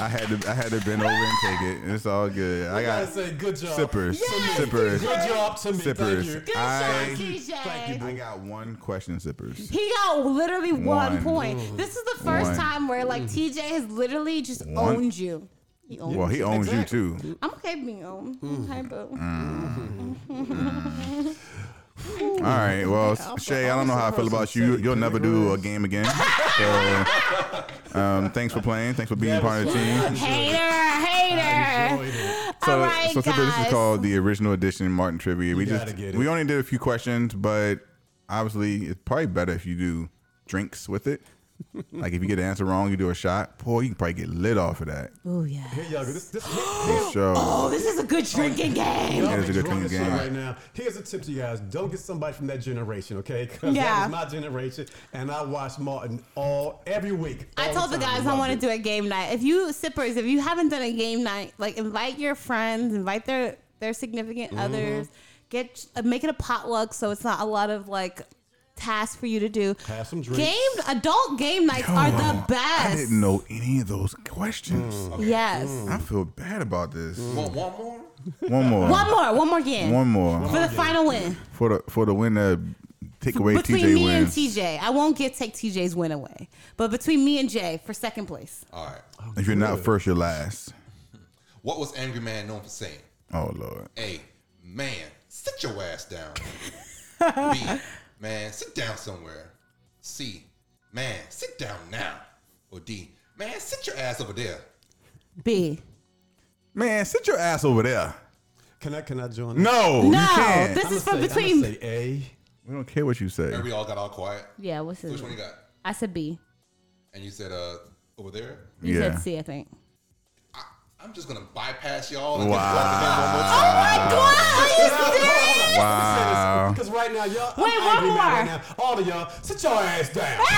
C: I had to, I had to bend over and take it. It's all good. I
D: I
C: got
D: gotta say, good job.
C: sippers,
B: Yes,
C: sippers,
D: Good job to me.
C: sippers.
D: Thank you.
B: Good
C: I-
B: shot, TJ.
D: Thank you,
C: I got one question, sippers.
B: He got literally
C: One.
B: one, point. This is the first
C: One.
B: time where like TJ has literally just
C: One.
B: owned you. He owned
C: Well,
B: you.
C: he owns
D: Exactly.
C: you too.
B: I'm okay being owned.
D: Mm.
B: Hi, boo.
C: Mm. All right. Well, Shay, I don't know how I feel about you. You'll never do a game
D: *laughs*
C: again. So, um, thanks for playing. Thanks for being part of the team.
B: Hater, hater. All
C: So,
B: right,
C: so sippers, this
B: guys.
C: is called the original edition Martin trivia. We
D: gotta
C: just
D: get it.
C: we only did a few questions, but obviously it's probably better if you do drinks with
D: *laughs*
C: it. like if you get the answer wrong, you do a shot. Boy, you can probably get lit off of that.
B: oh yeah.
D: Here y'all go. This, this,
C: So
B: Oh, this is a good drinking game.
D: Y'all
C: It is a
D: be
C: good
D: drunk
C: thing
D: as
C: game.
D: shit Right now, here's a tip to you guys: don't get somebody from that generation, okay? 'Cause
B: Yeah.
D: that was my generation, and I watched Martin all every week.
B: I
D: all
B: told the
D: time.
B: guys I
D: Loved
B: want to
D: it.
B: do a game night. If you sippers, if you haven't done a game night, like invite your friends, invite their their significant others, get uh, make it a potluck so it's not a lot of like tasks for you to do.
D: Have some drinks.
B: Game adult game nights are the best.
C: I didn't know Mm. any of those questions.
B: Yes.
D: Mm.
C: I feel bad about this.
E: Want one more?
C: One more.
B: One more, one more game.
C: One more
B: for the final win.
C: for the for the winner. Take away
B: between
C: TJ
B: me
C: wins.
B: and TJ. I won't get take TJ's win away. But between me and Jay for second place.
E: All right.
C: if you're not first, you're last.
E: What was Angry Man known for saying?
C: Oh lord.
E: A. Man, sit your ass down. B. Man, sit down somewhere. C. Man, sit down now. Or D. Man, sit your ass over there.
B: B.
C: Man, sit your ass over there.
D: Can I? Can I join?
C: No, you
B: No,
C: can't.
B: this is for
D: say,
B: between.
D: I'm gonna say
C: we don't care what you say.
E: And we all got all quiet.
B: Yeah, what's
E: Which
B: his?
E: one you got?
B: I said B.
E: And you said uh over there.
B: You
C: Yeah.
B: said C, I think.
E: I, I'm just gonna bypass y'all. And
C: Wow.
B: Oh
E: wow.
C: *laughs* Wow.
D: Because right now, y'all. I'm
B: Wait, one
D: angry mad Right
B: more.
D: now. All of y'all, sit your ass down.
B: *laughs*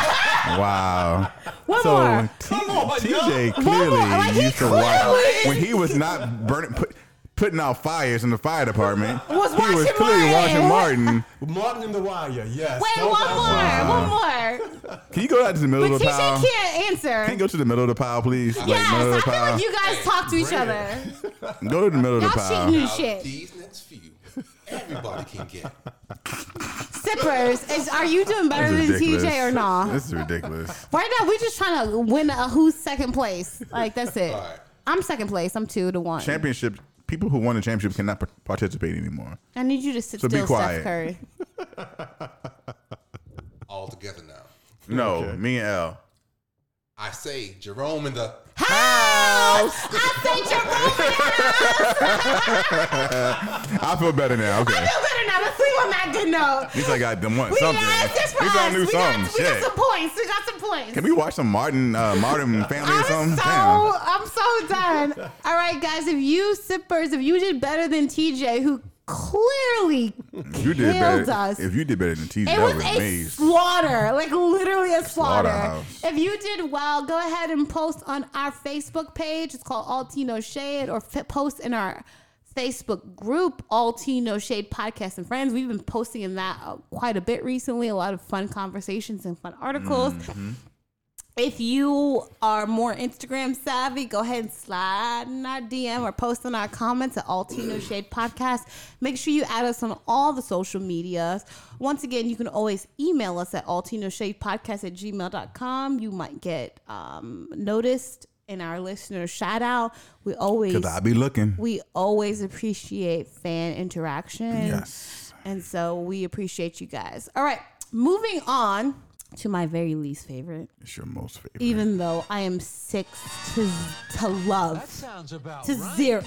C: Wow.
B: One
C: so
B: more.
C: T-
D: Come on,
C: TJ
D: y'all.
C: clearly
B: One more. Like, he
C: used to watch
B: clearly-
C: when he was not burning put, putting out fires in the fire department.
B: *laughs* Was
C: he was
B: watching
C: clearly watching
B: Martin. *laughs*
C: Martin.
D: Martin and the Wire. Yes.
B: Wait,
D: Don't
B: one
D: ask
B: more,
D: why.
B: one more.
C: Can you go out to the middle
B: But
C: of the
B: TJ
C: pile?
B: can't answer.
C: Can you go to the middle of the pile, please? Like,
B: yes,
C: middle
B: I
C: of the
B: feel
C: pile.
B: like you guys talk to each
D: Bring it.
B: other.
C: go to the middle of the
B: Y'all
C: pile.
B: cheating and
E: Now,
B: shit.
E: these next few, everybody can get.
B: Sippers, is, are you doing better
C: This
B: than
C: is ridiculous.
B: TJ or not?
C: This is ridiculous.
B: Right now, we're just trying to win a who's second place. Like that's it.
E: All right.
B: I'm second place. I'm two to one.
C: Championship people who won the championship cannot par- participate anymore.
B: I need you to sit
C: So be
B: still,
C: quiet.
B: Steph Curry.
E: all together now.
C: No, me and L.
E: I say Jerome in the
B: House. I say
C: *laughs*
B: Jerome.
C: *laughs* I feel better now.
B: I
C: Okay.
B: feel better now. Let's leave on that good note.
C: At least I got them one.
B: We
C: something.
B: got this for
C: At least I
B: us.
C: knew
B: we
C: something.
B: got, we got
C: Shit.
B: some points. We got some points.
C: Can we watch some Martin uh,
B: *laughs*
C: Martin Family or
B: I'm
C: something?
B: so
C: Damn.
B: I'm so
C: *laughs*
B: done. All right, guys. If you sippers, if you did better than TJ, who clearly
C: You did
B: killed
C: better.
B: us.
C: If you did better than TJ,
B: It
C: that
B: was,
C: was
B: a
C: amazing.
B: slaughter, like literally a slaughter.
C: Slaughterhouse.
B: If you did well, go ahead and post on our Facebook page. It's called Altino Shade, or fi- post in our Facebook group, Altino Shade Podcast and Friends. We've been posting in that uh, quite a bit recently. A lot of fun conversations and fun articles.
C: Mm.
B: If you are more Instagram savvy, go ahead and slide in our DM or post in our comments at Altino Shade Podcast. Make sure you add us on all the social medias. Once again, you can always email us at altinoshadepodcast at gmail.com. You might get um, noticed and our listeners. Shout out. We always
C: Because I be looking.
B: we always appreciate fan interaction.
C: Yes.
B: And so we appreciate you guys. All right, moving on to my very least favorite,
C: It's your most favorite.
B: even though I am six to to love to zero.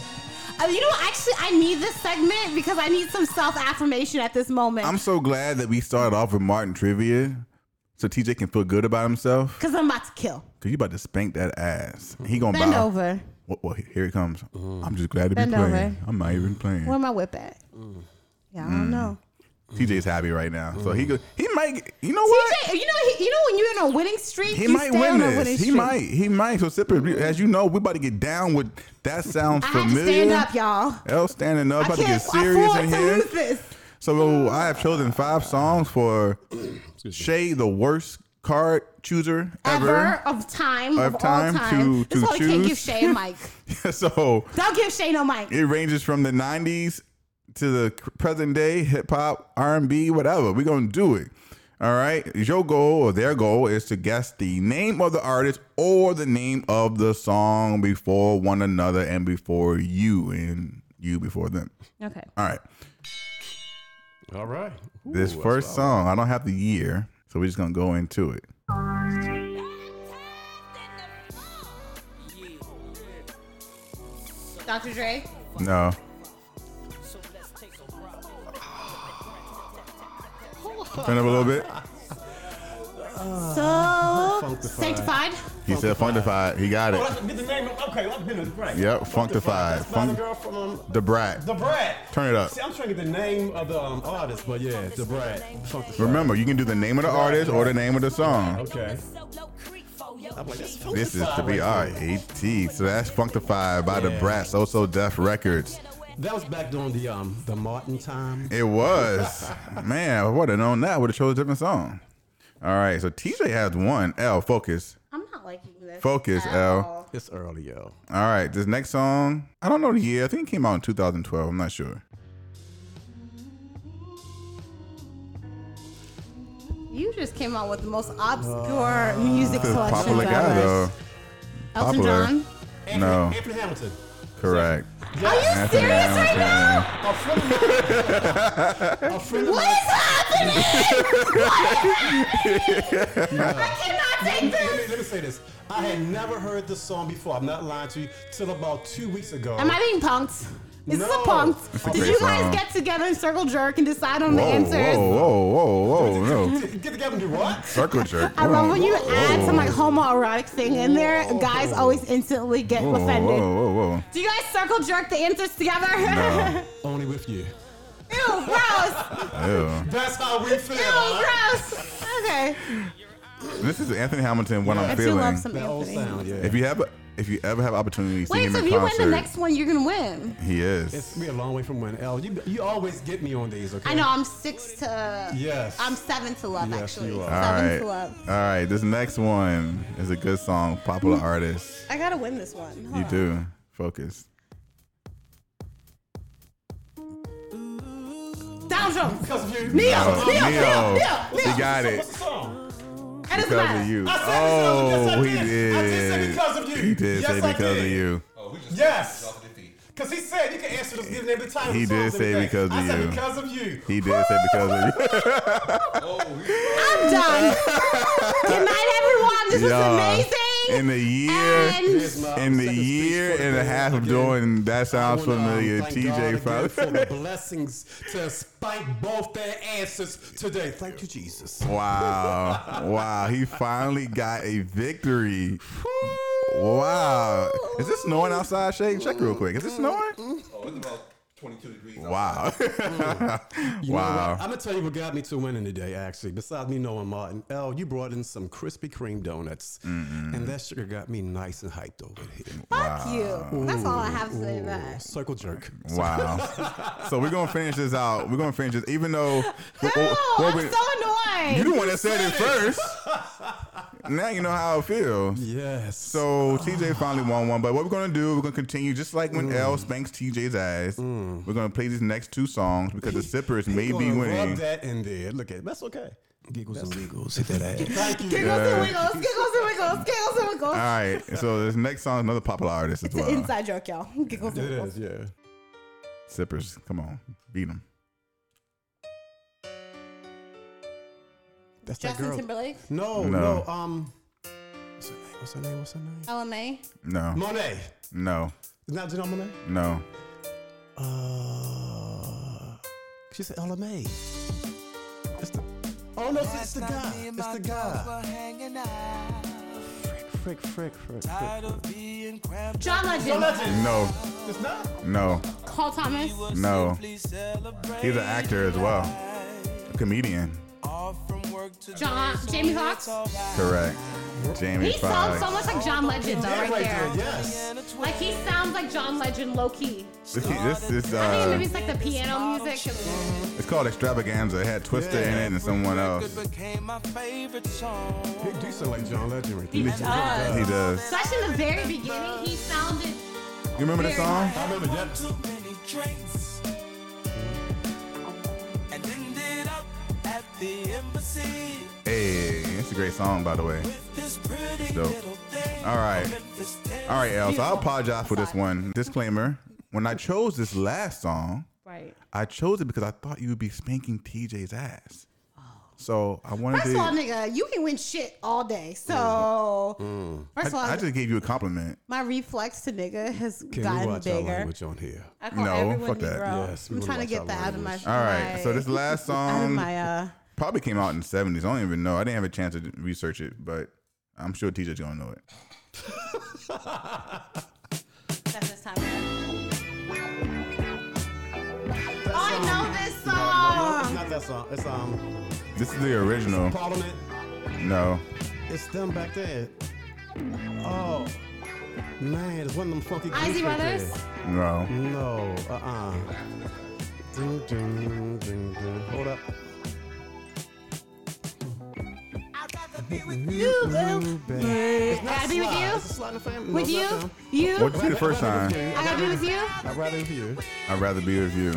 B: Uh, you know, what? actually, I need this segment because I need some self affirmation at this moment.
C: I'm so glad that we started off with Martin trivia, so TJ can feel good about himself.
B: Because I'm about to kill.
C: Cause you about to spank that ass. He gonna
B: Bend
C: bow.
B: over.
C: Well, well, here it comes. I'm just glad to be
B: Bend
C: playing.
B: over.
C: I'm not even playing.
B: Where my whip at?
C: Mm.
B: Yeah, I don't know.
C: TJ's happy right now, so he go, he might. get- You know what?
B: TJ, you know, he, you know when you're in a winning streak,
C: He
B: you
C: might
B: stay
C: win
B: on a winning
C: this. He
B: streak.
C: might. He might. So Sipper, we- as you know, we about to get down with. That sounds
B: I had to
C: familiar.
B: stand up, y'all.
C: L standing up.
B: I
C: About to
B: can't.
C: get
B: I
C: serious
B: afford
C: in
B: to
C: here.
B: lose this.
C: So I have chosen five songs for Shay, the worst card chooser
B: ever,
C: ever.
B: of time
C: Of
B: of,
C: time
B: all time.
C: to- to
B: this whole can't give
C: choose.
B: Shay a mic.
C: *laughs* so
B: Don't give Shay no mic.
C: it ranges from the 90s to the present day hip hop r&b whatever we're gonna do it all right your goal or their goal is to guess the name of the artist or the name of the song before one another and before you and you before them
B: Okay.
C: all right
F: All right. Ooh,
C: this
F: that's
C: first
F: wild.
C: song i don't have the year so we're just gonna go into it
B: Dr. Dre.
C: no turn up a little bit
B: So sanctified.
C: he said funkified he got it
D: Get the name of, okay, I've been to the right.
C: Yep, Funkified.
D: That's by the
C: Funk-
D: girl from um,
C: the brat
D: The Brat.
C: Turn it up.
D: See, I'm trying to get the name of the um, artist, but yeah, The Brat. Funk the
C: Remember, you can do the name of the artist or the name of the song.
D: Okay.
G: I'm like,
D: that's
C: This is to be our AT. So that's Funkified by the
D: Yeah.
C: Brat So So Def Records.
D: That was back during the um the Martin time.
C: It was. Man, I would have known that. Would have chose a different song. All right. So TJ has one. L, focus.
B: I'm not liking this.
C: Focus,
B: at
C: L.
B: all.
D: It's early, yo.
C: All right. This next song, I don't know the year. I think it came out in 2012. I'm not sure.
B: You just came out with the most obscure music
C: This is
B: selection.
C: popular guy,
B: ever.
C: though.
B: Uh, Elton
C: popular.
B: John.
C: No.
D: Anthony Hamilton.
C: Correct.
B: Are you
C: Anthony
B: serious right now?
C: Hamilton.
D: A friend of mine. a friend of
B: What
D: mine.
B: is happening?
C: *laughs*
B: what is happening? I cannot take
D: Let
B: this.
D: me, let me say this. I had never heard this song before. I'm not lying to you. Till about two weeks ago.
B: Am I being punked? Is this a
D: No.
B: punked?
C: a
B: Did
C: great
B: you guys
C: song.
B: get together and circle jerk and decide on the
C: Whoa,
B: answers?
C: whoa, whoa, whoa,
B: *laughs*
C: whoa, no.
D: Get together and do what?
C: Circle jerk.
B: I love when you
C: Whoa,
B: add some like
C: whoa.
B: homoerotic thing in there. Guys always instantly get
C: Whoa,
B: offended.
C: whoa, whoa, whoa.
B: Do you guys circle jerk the answers together? *laughs*
C: No.
D: Only with you.
B: Ew, gross.
C: Ew.
D: That's how we feel.
B: Ew,
D: all right?
B: gross. Okay.
C: This is Anthony Hamilton. What
B: I
C: I'm
B: do love
C: feeling.
B: some
D: That old
B: Anthony.
D: sound, yeah.
C: If you have, if you ever have opportunity to see
B: Wait,
C: him
B: so
C: in
B: if you win
C: concert,
B: the next one, you're gonna win.
C: he is.
D: It's we a long way from when L. You you always get me on these, okay?
B: I know I'm six to.
D: Yes.
B: I'm seven to love
D: Yes,
B: actually.
D: you are.
C: all
B: Seven
C: right,
B: to
C: all
B: love.
C: right. This next one is a good song, popular
D: Mm.
C: artist.
B: I gotta win this one. Hold
C: You
B: on.
C: do focus.
B: Down Jones.
D: Because of you.
B: Neo. Neo. Neo.
C: Neo.
B: Neo.
C: Oh, He got
D: What's
C: it
D: the song?
B: It doesn't
C: because
B: matter.
C: of you.
D: I said because of- yes, I
C: Oh, he
D: did. I did say
C: did.
D: because of you.
C: He did
D: Yes,
C: say
D: I
C: because of
D: did.
C: you.
E: Oh, we just
D: Yes.
E: off the defeat.
D: Because he said you can answer this given every time.
C: He
D: the
C: did
D: songs
C: say
D: every day.
C: because of
D: I
C: you.
D: said because of you.
C: He did say because of you.
B: I'm done. *laughs* Good night, everyone. This
C: Yeah.
B: was amazing.
C: In the year,
B: And-
D: Here's my
C: in the
D: second speech
C: year
D: for the
C: and a
D: day.
C: half of
D: Again,
C: doing that
D: I
C: sounds
D: wanna, um,
C: familiar.
D: thank God again
C: TJ *laughs*
D: for
C: probably.
D: the blessings to spike both their answers today. Thank you, Jesus.
C: Wow. wow. He finally got a victory. Wow. Is it snowing outside, Shay? Check real quick. Is it snowing?
E: Oh, it's about 22 degrees.
D: *laughs*
C: Wow.
D: You know
C: wow.
D: what? I'm gonna tell you what got me to winning today. Actually, besides me knowing Martin, L, you brought in some Krispy Kreme donuts,
C: Mm-hmm.
D: and that sugar got me nice and hyped over here.
B: Fuck you. That's all I have to say to that.
D: Circle jerk.
C: Wow. so we're going to finish this out. We're going to finish this, even though.
B: No,
C: what
B: I'm
C: we-
B: so annoyed.
C: you the one that said it first. now you know how it feels.
D: Yes.
C: So TJ finally won one, but what we're gonna do, we're gonna continue just like
D: Mm.
C: when L spanks TJ's ass. We're gonna play these next two songs because the sippers may
D: He
C: be
D: gonna rub
C: winning.
D: that in there. Look at that's okay. Giggles and *laughs* wiggles. Hit that ass.
B: Giggles and wiggles, giggles and wiggles, giggles and wiggles.
C: All right. So this next song is another popular artist as
B: it's an
C: well.
B: inside joke, y'all. *laughs* Giggles and
D: It *laughs*
B: wiggles.
D: is, yeah.
C: Sippers, come on, beat them.
D: That's that
B: Justin
D: girl.
B: Timberlake,
D: No,
C: No.
D: no, Um, what's her name? What's her name? What's her name?
B: LMA.
C: No,
D: Monet.
C: no,
D: It's not Janelle Monet.
C: no.
D: Uh, she said LMA. It's the, oh no, it's, it's the guy. It's the guy. Frick, frick, frick, frick. frick.
B: John Legend.
C: No,
D: It's not.
C: no,
B: Carl Thomas.
C: no. He's an actor as well, a comedian.
B: John Jamie Foxx.
C: Correct. Jamie
B: He
C: Foxx.
B: sounds so much like John Legend though,
D: Yeah,
B: right
D: right there.
B: there.
D: Yes.
B: Like he sounds like John Legend, low key.
C: This, key- this, this,
B: I think maybe
C: uh,
B: it's like the piano music.
C: it's called Extravaganza. It had Twister in it and someone else.
D: He do sound like John Legend. Right
B: He
D: there.
B: does.
C: He does.
B: Especially in the very beginning, he sounded.
C: You remember the song?
D: I remember that.
C: Hey, it's a great song, by the way. Dope. All right. All right, El. So I apologize for this one. Disclaimer. When I chose this last song,
B: Right.
C: I chose it because I thought you would be spanking TJ's ass. So I wanted
B: First
C: to.
B: of all, nigga, you can win shit all day. So, first of all,
C: I, I just gave you a compliment.
B: my reflex to nigga has
D: Can we
B: gotten
D: watch our
B: bigger.
D: language on here?
B: I call
C: No,
B: everyone
C: fuck
B: Negro.
C: that.
D: Yes, we
B: I'm
D: wanna
B: trying to
D: watch
B: get
D: our
B: that out of my.
C: All right.
B: my-
C: So this *laughs* last
B: out of
C: song
B: my uh.
C: probably came out in the seventies. I don't even know. I didn't have a chance to research it, but I'm sure TJ's gonna know it.
B: That's this time. Oh, I know this song.
D: Not that song. It's um
C: This is the original.
D: Parliament.
C: No.
D: It's them back there. Oh man, it's one of them funky. groups
B: Izzy
D: right there.
B: Brothers.
C: No.
D: No, uh uh Ding, ding, ding, ding. Hold up.
B: You will.
D: It's not
B: Gotta be with
D: Sly.
B: you?
D: It's a Sly and the Family. No,
B: With
D: it's
B: you,
D: not them.
C: What'd
B: you.
C: you see the first time?
B: I gotta be with you.
D: I'd rather be you.
C: I'd rather be with you.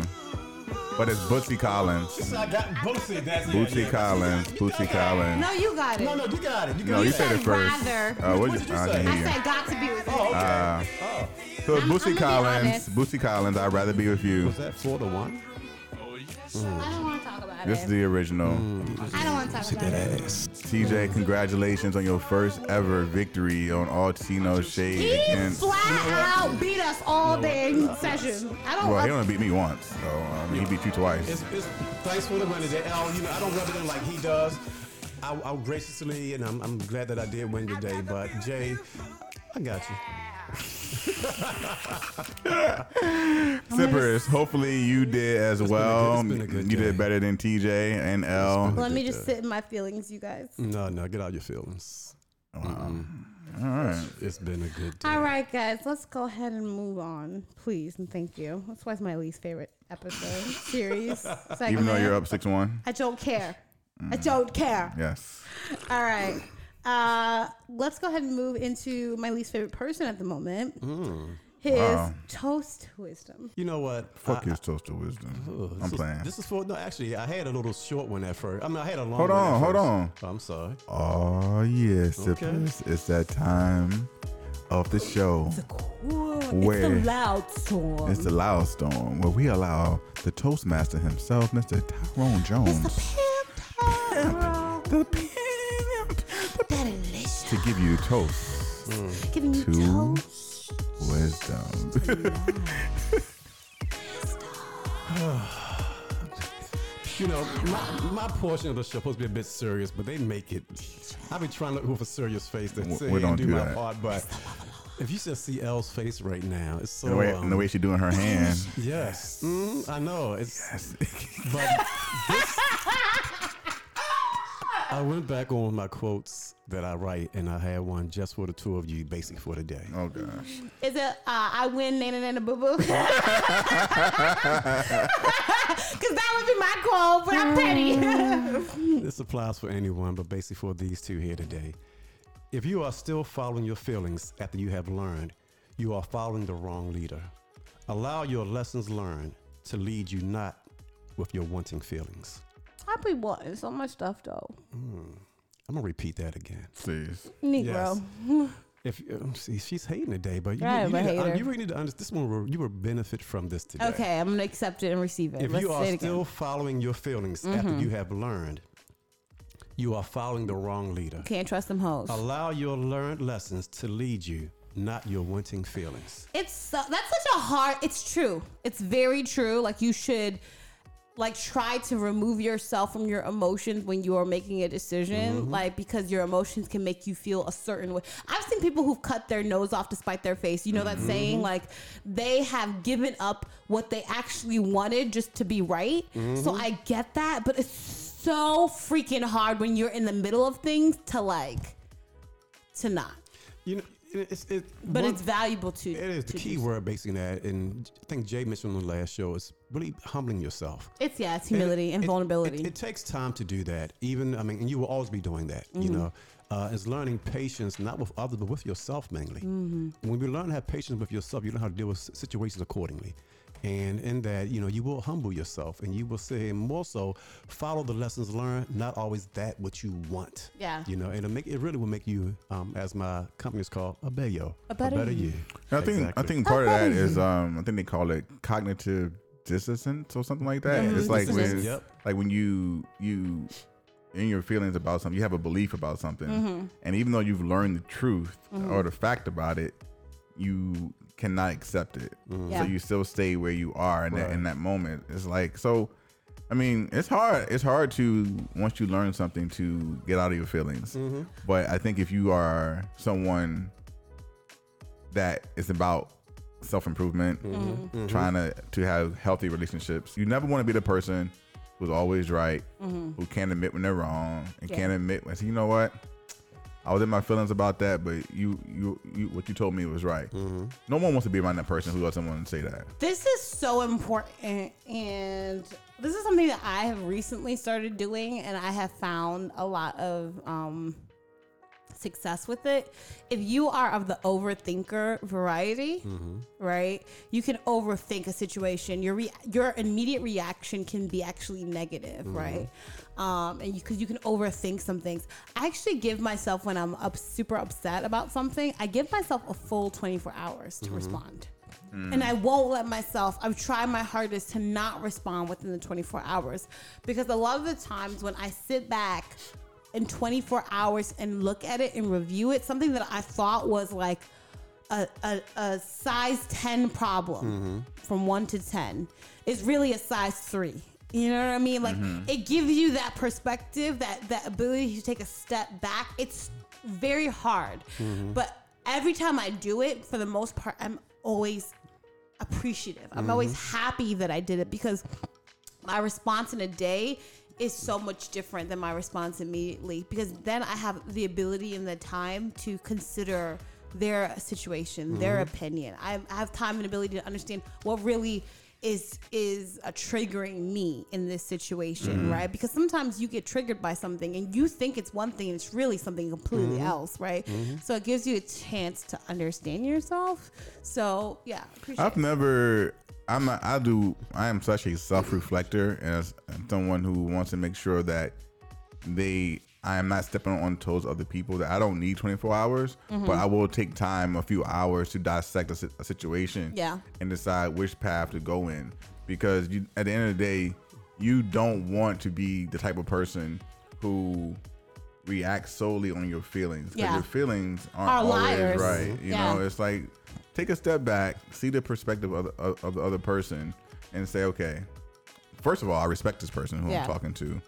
C: But it's Bootsy Collins.
D: I got Bootsy. That's
C: Bootsy Collins. Bootsy Collins.
B: No, you got it.
D: No, no, you got it. You got
C: No,
D: it.
C: you said it
B: said
C: first.
B: rather.
C: Uh,
D: What
C: what
D: did you
C: I
D: say?
C: didn't
B: I
C: hear you.
B: said got to be with you.
D: Oh, okay.
C: Uh,
D: oh.
C: So
B: I'm-
C: Bootsy
B: I'm gonna be
C: Collins,
B: honest.
C: Bootsy Collins, I'd rather be with you.
D: Was that four to one?
B: I don't want to talk about
C: This is
B: it.
C: the original.
B: I don't want to talk about it.
D: Hmm.
C: TJ, congratulations on your first ever victory on all Tino Shade
B: He
C: against.
B: flat out beat us all day in session. I don't.
C: Well, he
B: I-
C: only beat me once, so um, he beat you twice.
D: It's, it's thanks for the money, today. Al. You know, I don't rub it in like he does. I, I graciously, and I'm, I'm glad that I did win today. But Jay, I got you.
C: Sippers, hopefully you did as
D: been a good-
C: well.
D: it's been a good
C: You did
D: day.
C: better than TJ and L.
B: Let me just sit in my feelings, you guys.
D: No, no, get out your feelings.
C: All right.
D: It's been a good day.
B: All right, guys, let's go ahead and move on, please, and thank you. That's why it's my least favorite episode series. Segment.
C: *laughs* Even though you're up 6 1.
B: I don't care. I don't care.
C: Yes.
B: All right. Uh, let's go ahead and move into my least favorite person at the moment.
C: Mm.
B: His toast wisdom.
D: You know what?
C: Fuck his toast of wisdom. I'm
D: This was-
C: playing.
D: This is for no. Actually, I had a little short one at first. I mean, I had a long.
C: Hold
D: one at
C: on, hold
D: first.
C: on.
D: Oh, I'm sorry.
C: Oh, yeah, Sippers. It's that time of the show. Where? It's the loud storm. It's the loud storm where we allow the Toastmaster himself, Mr. Tyrone Jones. *laughs* the pimp, the
B: Delicious.
C: pimp, to give you toast.
B: Giving you
C: Two
B: toast.
C: wisdom. *laughs*
D: You know, my, my portion of the show supposed to be a bit serious, but they make it. I've been trying to look for a serious face to
C: W-
D: say
C: we don't
D: and do,
C: do
D: my
C: that.
D: part, but if you just see Elle's face right now, it's so.
C: the, way,
D: um,
C: and the way she doing her hand.
D: yes, Mm, I know. It's but this. I went back on my quotes that I write, and I had one just for the two of you, basically for today.
C: oh, gosh.
B: Is it uh, I win, Nana Nana Boo *laughs* Boo? Because that would be my goal, but I'm
C: Mm.
B: *laughs* petty.
D: This applies for anyone, but basically for these two here today. If you are still following your feelings after you have learned, you are following the wrong leader. Allow your lessons learned to lead you not with your wanting feelings.
B: Probably was on my stuff though.
H: I'm gonna repeat that again.
C: Please.
B: Negro. *laughs*
H: If um, see, she's hating today, but you,
B: I
H: you,
B: am a
H: need to, un-
B: hater.
H: you really need to understand. This one, will- you will benefit from this today.
B: Okay, I'm gonna accept it and receive it.
H: If
B: Let's
H: you are
B: say it
H: still
B: again. Mm-hmm.
H: following your feelings after you have learned, you are following the wrong leader.
B: Can't trust them hoes.
H: Allow your learned lessons to lead you, not your wanting feelings.
B: It's so, that's such a hard. It's true. It's very true. Like you should, like try to remove yourself from your emotions when you are making a decision.
H: Mm-hmm.
B: Like because your emotions can make you feel a certain way. I've seen people who've cut their nose off to spite their face. You know
H: Mm-hmm.
B: that saying? Like they have given up what they actually wanted just to be right.
H: Mm-hmm.
B: So I get that, but it's so freaking hard when you're in the middle of things to like to not.
H: You know, it- it's it,
B: But
H: one-
B: it's valuable to.
H: it is the
B: to
H: key
B: do so.
H: word basically that, and I think Jay mentioned on the last show is really humbling yourself.
B: It's yeah, it's humility and
H: it-
B: vulnerability.
H: It, it takes time to do that. Even I mean, and you will always be doing that.
B: Mm-hmm.
H: You know, uh, it's learning patience not with others but with yourself mainly.
B: Mm-hmm.
H: When you learn to have patience with yourself, you learn how to deal with s- situations accordingly. And in that, you know, you will humble yourself, and you will say, and more so, follow the lessons learned. Not always that what you want.
B: Yeah.
H: You know, and it make it really will make you, um, as my company is called, a better yo,
B: A better you.
C: I think I
H: Exactly.
C: think part of that is um I think they call it cognitive dissonance or something like that.
H: Yeah,
C: It's like when
H: dissonance. Yep.
C: like when you you in your feelings about something, you have a belief about something, and even though you've learned the truth or the fact about it, you cannot accept it.
H: Mm-hmm.
B: Yeah.
C: So you still stay where you are in that in that moment. It's like so. I mean, it's hard. It's hard to once you learn something to get out of your feelings.
H: Mm-hmm.
C: But I think if you are someone that is about self improvement, trying to to have healthy relationships. You never want to be the person who's always right, who can't admit when they're wrong, and
B: Yeah.
C: can't admit when you know what. I was in my feelings about that, but you, you, you what you told me was right. No one wants to be around that person who lets someone say that.
B: this is so important, and this is something that I have recently started doing, and I have found a lot of um, success with it. If you are of the overthinker variety, right, you can overthink a situation. Your re- your immediate reaction can be actually negative, right? Um, and because you, can overthink some things. I actually give myself when I'm up super upset about something, I give myself a full 24 hours to respond. And I won't let myself, I've tried my hardest to not respond within the 24 hours because a lot of the times when I sit back in 24 hours and look at it and review it, something that I thought was like a, a, a size 10 problem from 1 to 10 is really a size 3. You know what I mean? Like it gives you that perspective, that that ability to take a step back. It's very hard. But every time I do it, for the most part, I'm always appreciative. I'm always happy that I did it because my response in a day is so much different than my response immediately because then I have the ability and the time to consider their situation, their opinion. I I have time and ability to understand what really is is uh, triggering me in this situation, right? Because sometimes you get triggered by something and you think it's one thing and it's really something completely else, right? So it gives you a chance to understand yourself. So yeah, appreciate
C: I've
B: it.
C: never. I'm. A, I do. I am such a self-reflector as someone who wants to make sure that they. I am not stepping on toes of other people. That I don't need 24 hours,
B: Mm-hmm.
C: but I will take time, a few hours, to dissect a, si- a situation.
B: Yeah.
C: And decide which path to go in, because you, at the end of the day, you don't want to be the type of person who reacts solely on your feelings. 'cause
B: Yeah.
C: Your feelings aren't
B: Are
C: always
B: liars.
C: right. You
B: Yeah.
C: know, it's like take a step back, see the perspective of the, of, of the other person, and say, okay, first of all, I respect this person who
B: Yeah.
C: I'm talking to,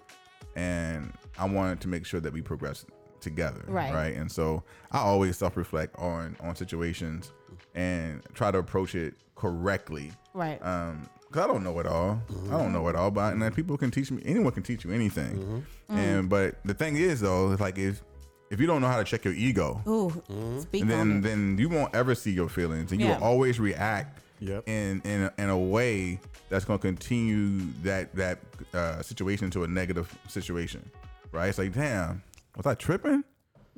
C: and I wanted to make sure that we progress together,
B: Right.
C: Right. And so I always self reflect on on situations and try to approach it correctly.
B: Right.
C: Um, 'cause I don't know it all. I don't know it all, but and then people can teach me. Anyone can teach you anything. And but the thing is though, it's like if if you don't know how to check your ego,
B: Ooh, speak
C: and
B: on it.
C: then then you won't ever see your feelings and you
B: Yeah.
C: will always react
H: Yep.
C: in in a, in a way that's going to continue that that uh, situation to a negative situation right it's like damn was i tripping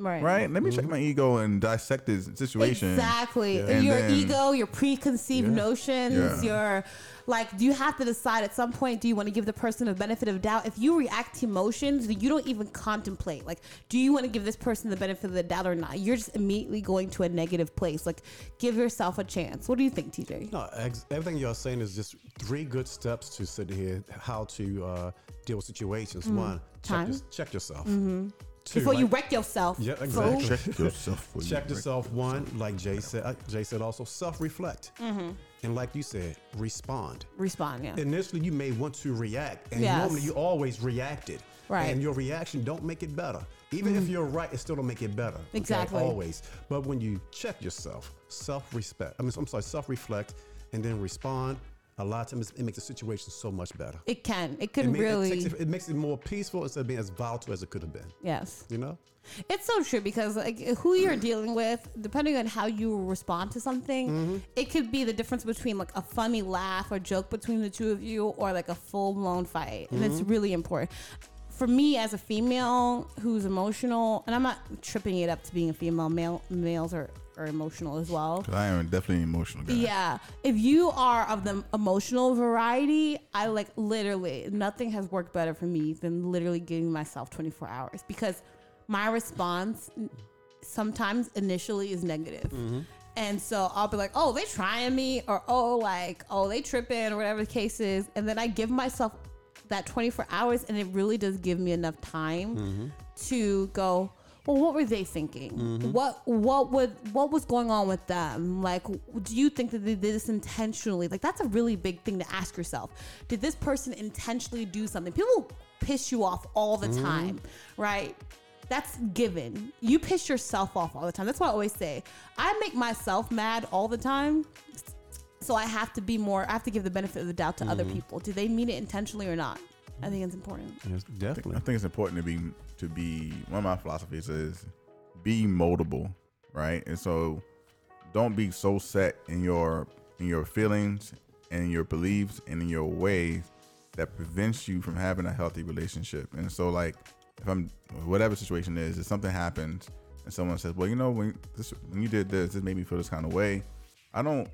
B: Right.
C: Right? Let me
D: Mm-hmm.
C: check my ego and dissect this situation.
B: Exactly.
C: And
B: Your
C: then-
B: ego, your preconceived notions,
C: Yeah.
B: your like do you have to decide at some point do you want to give the person the benefit of doubt? If you react to emotions that you don't even contemplate, like do you want to give this person the benefit of the doubt or not? You're just immediately going to a negative place. Like give yourself a chance. What do you think, TJ?
D: No, ex- everything you're saying is just three good steps to sit here how to uh, deal with situations. One,
B: Mm.
D: check,
B: Time. Mm-hmm.
D: your- check yourself. Two,
B: Before you
D: like-
B: wreck yourself.
D: Yeah,
B: fool.
D: exactly.
C: Check yourself. for you.
D: check yourself. One, like Jay said, uh, Jay said also self reflect,
B: Mm-hmm.
D: and like you said, respond.
B: Respond, yeah.
D: Initially, you may want to react, and
B: Yes.
D: normally you always reacted.
B: Right. Mm-hmm.
D: And your reaction don't make it better. Even if you're right, it still don't make it better. okay?
B: Exactly.
D: Always. But when you check yourself, self-respect. I mean, I'm sorry, self-reflect, and then respond. A lot of times, it makes the situation so much better.
B: It can. It can
D: ma-
B: really
D: takes it, it makes it more peaceful instead of being as volatile as it could have been.
B: Yes.
D: You know.
B: It's so true because like who you're dealing with, depending on how you respond to something, it could be the difference between like a funny laugh or joke between the two of you or like a full blown fight. And it's really important. For me as a female who's emotional, and I'm not tripping it up to being a female, male males are, are emotional as well.
C: I am definitely an emotional guy.
B: Yeah. If you are of the emotional variety, I like literally nothing has worked better for me than literally giving myself 24 hours because my response n- sometimes initially is negative. And so I'll be like, oh, they trying me, or oh, like, oh, they tripping, or whatever the case is. And then I give myself that 24 hours, and it really does give me enough time to go, well, what were they thinking? What what would what was going on with them? Like, w- do you think that they did this intentionally? Like, that's a really big thing to ask yourself. Did this person intentionally do something? People piss you off all the time, right? That's given. You piss yourself off all the time. That's what I always say. I make myself mad all the time. So I have to be more, I have to give the benefit of the doubt to other
C: Mm-hmm.
B: people. Do they mean it intentionally or not? I think it's important.
D: Yes,
C: I
D: definitely.
C: think it's important to be to be one of my philosophies is be moldable, right? And so don't be so set in your in your feelings and your beliefs and in your ways that prevents you from having a healthy relationship. And so like if I'm whatever situation it is, if something happens and someone says, "Well, you know, when this when you did this, this made me feel this kind of way." I don't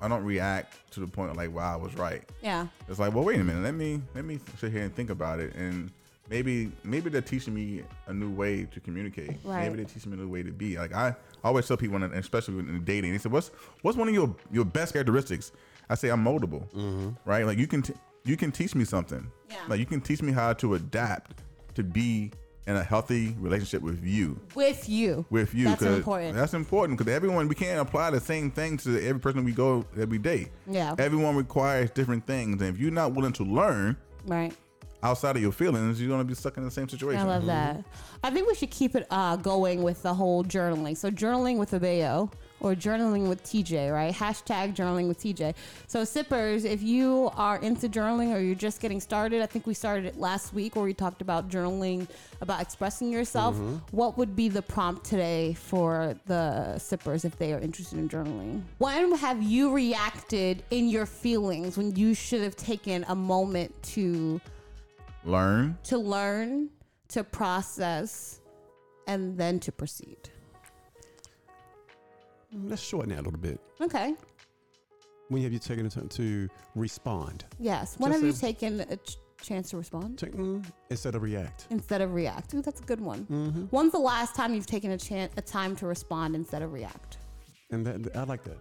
C: I don't react to the point of like, "Wow, I was right."
B: Yeah.
C: It's like, well, wait a minute. Let me let me sit here and think about it, and maybe maybe they're teaching me a new way to communicate.
B: Right.
C: Maybe they're teaching me a new way to be. Like I, I always tell people, and especially in dating, they say, what's what's one of your your best characteristics? I say I'm moldable, right? Like you can t- you can teach me something.
B: Yeah.
C: Like you can teach me how to adapt to be in a healthy relationship with you
B: With you.
C: with you.
B: That's
C: 'cause
B: important.
C: That's important because everyone we can't apply the same thing to every person we go every day.
B: Yeah.
C: Everyone requires different things, and if you're not willing to learn
B: right.
C: outside of your feelings, you're gonna be stuck in the same
B: I
C: situation.
B: love that. I think we should keep it uh, going with the whole journaling. So journaling with Abeo or journaling with TJ, right? Hashtag journaling with TJ. So sippers, if you are into journaling or you're just getting started, I think we started it last week where we talked about journaling, about expressing yourself. What would be the prompt today for the sippers if they are interested in journaling? When have you reacted in your feelings when you should have taken a moment to
C: Learn.
B: to learn, to process, and then to proceed.
D: Mm, Let's shorten that a little bit.
B: Okay.
D: When have you taken the time to respond?
B: Yes. When
D: Just
B: have you
D: say-
B: taken a ch- chance to respond
D: Take, mm, instead of react.
B: instead of react? Ooh, that's a good one.
D: Mm-hmm.
B: When's the last time you've taken a chance, a time to respond instead of react?
D: And that, I like that.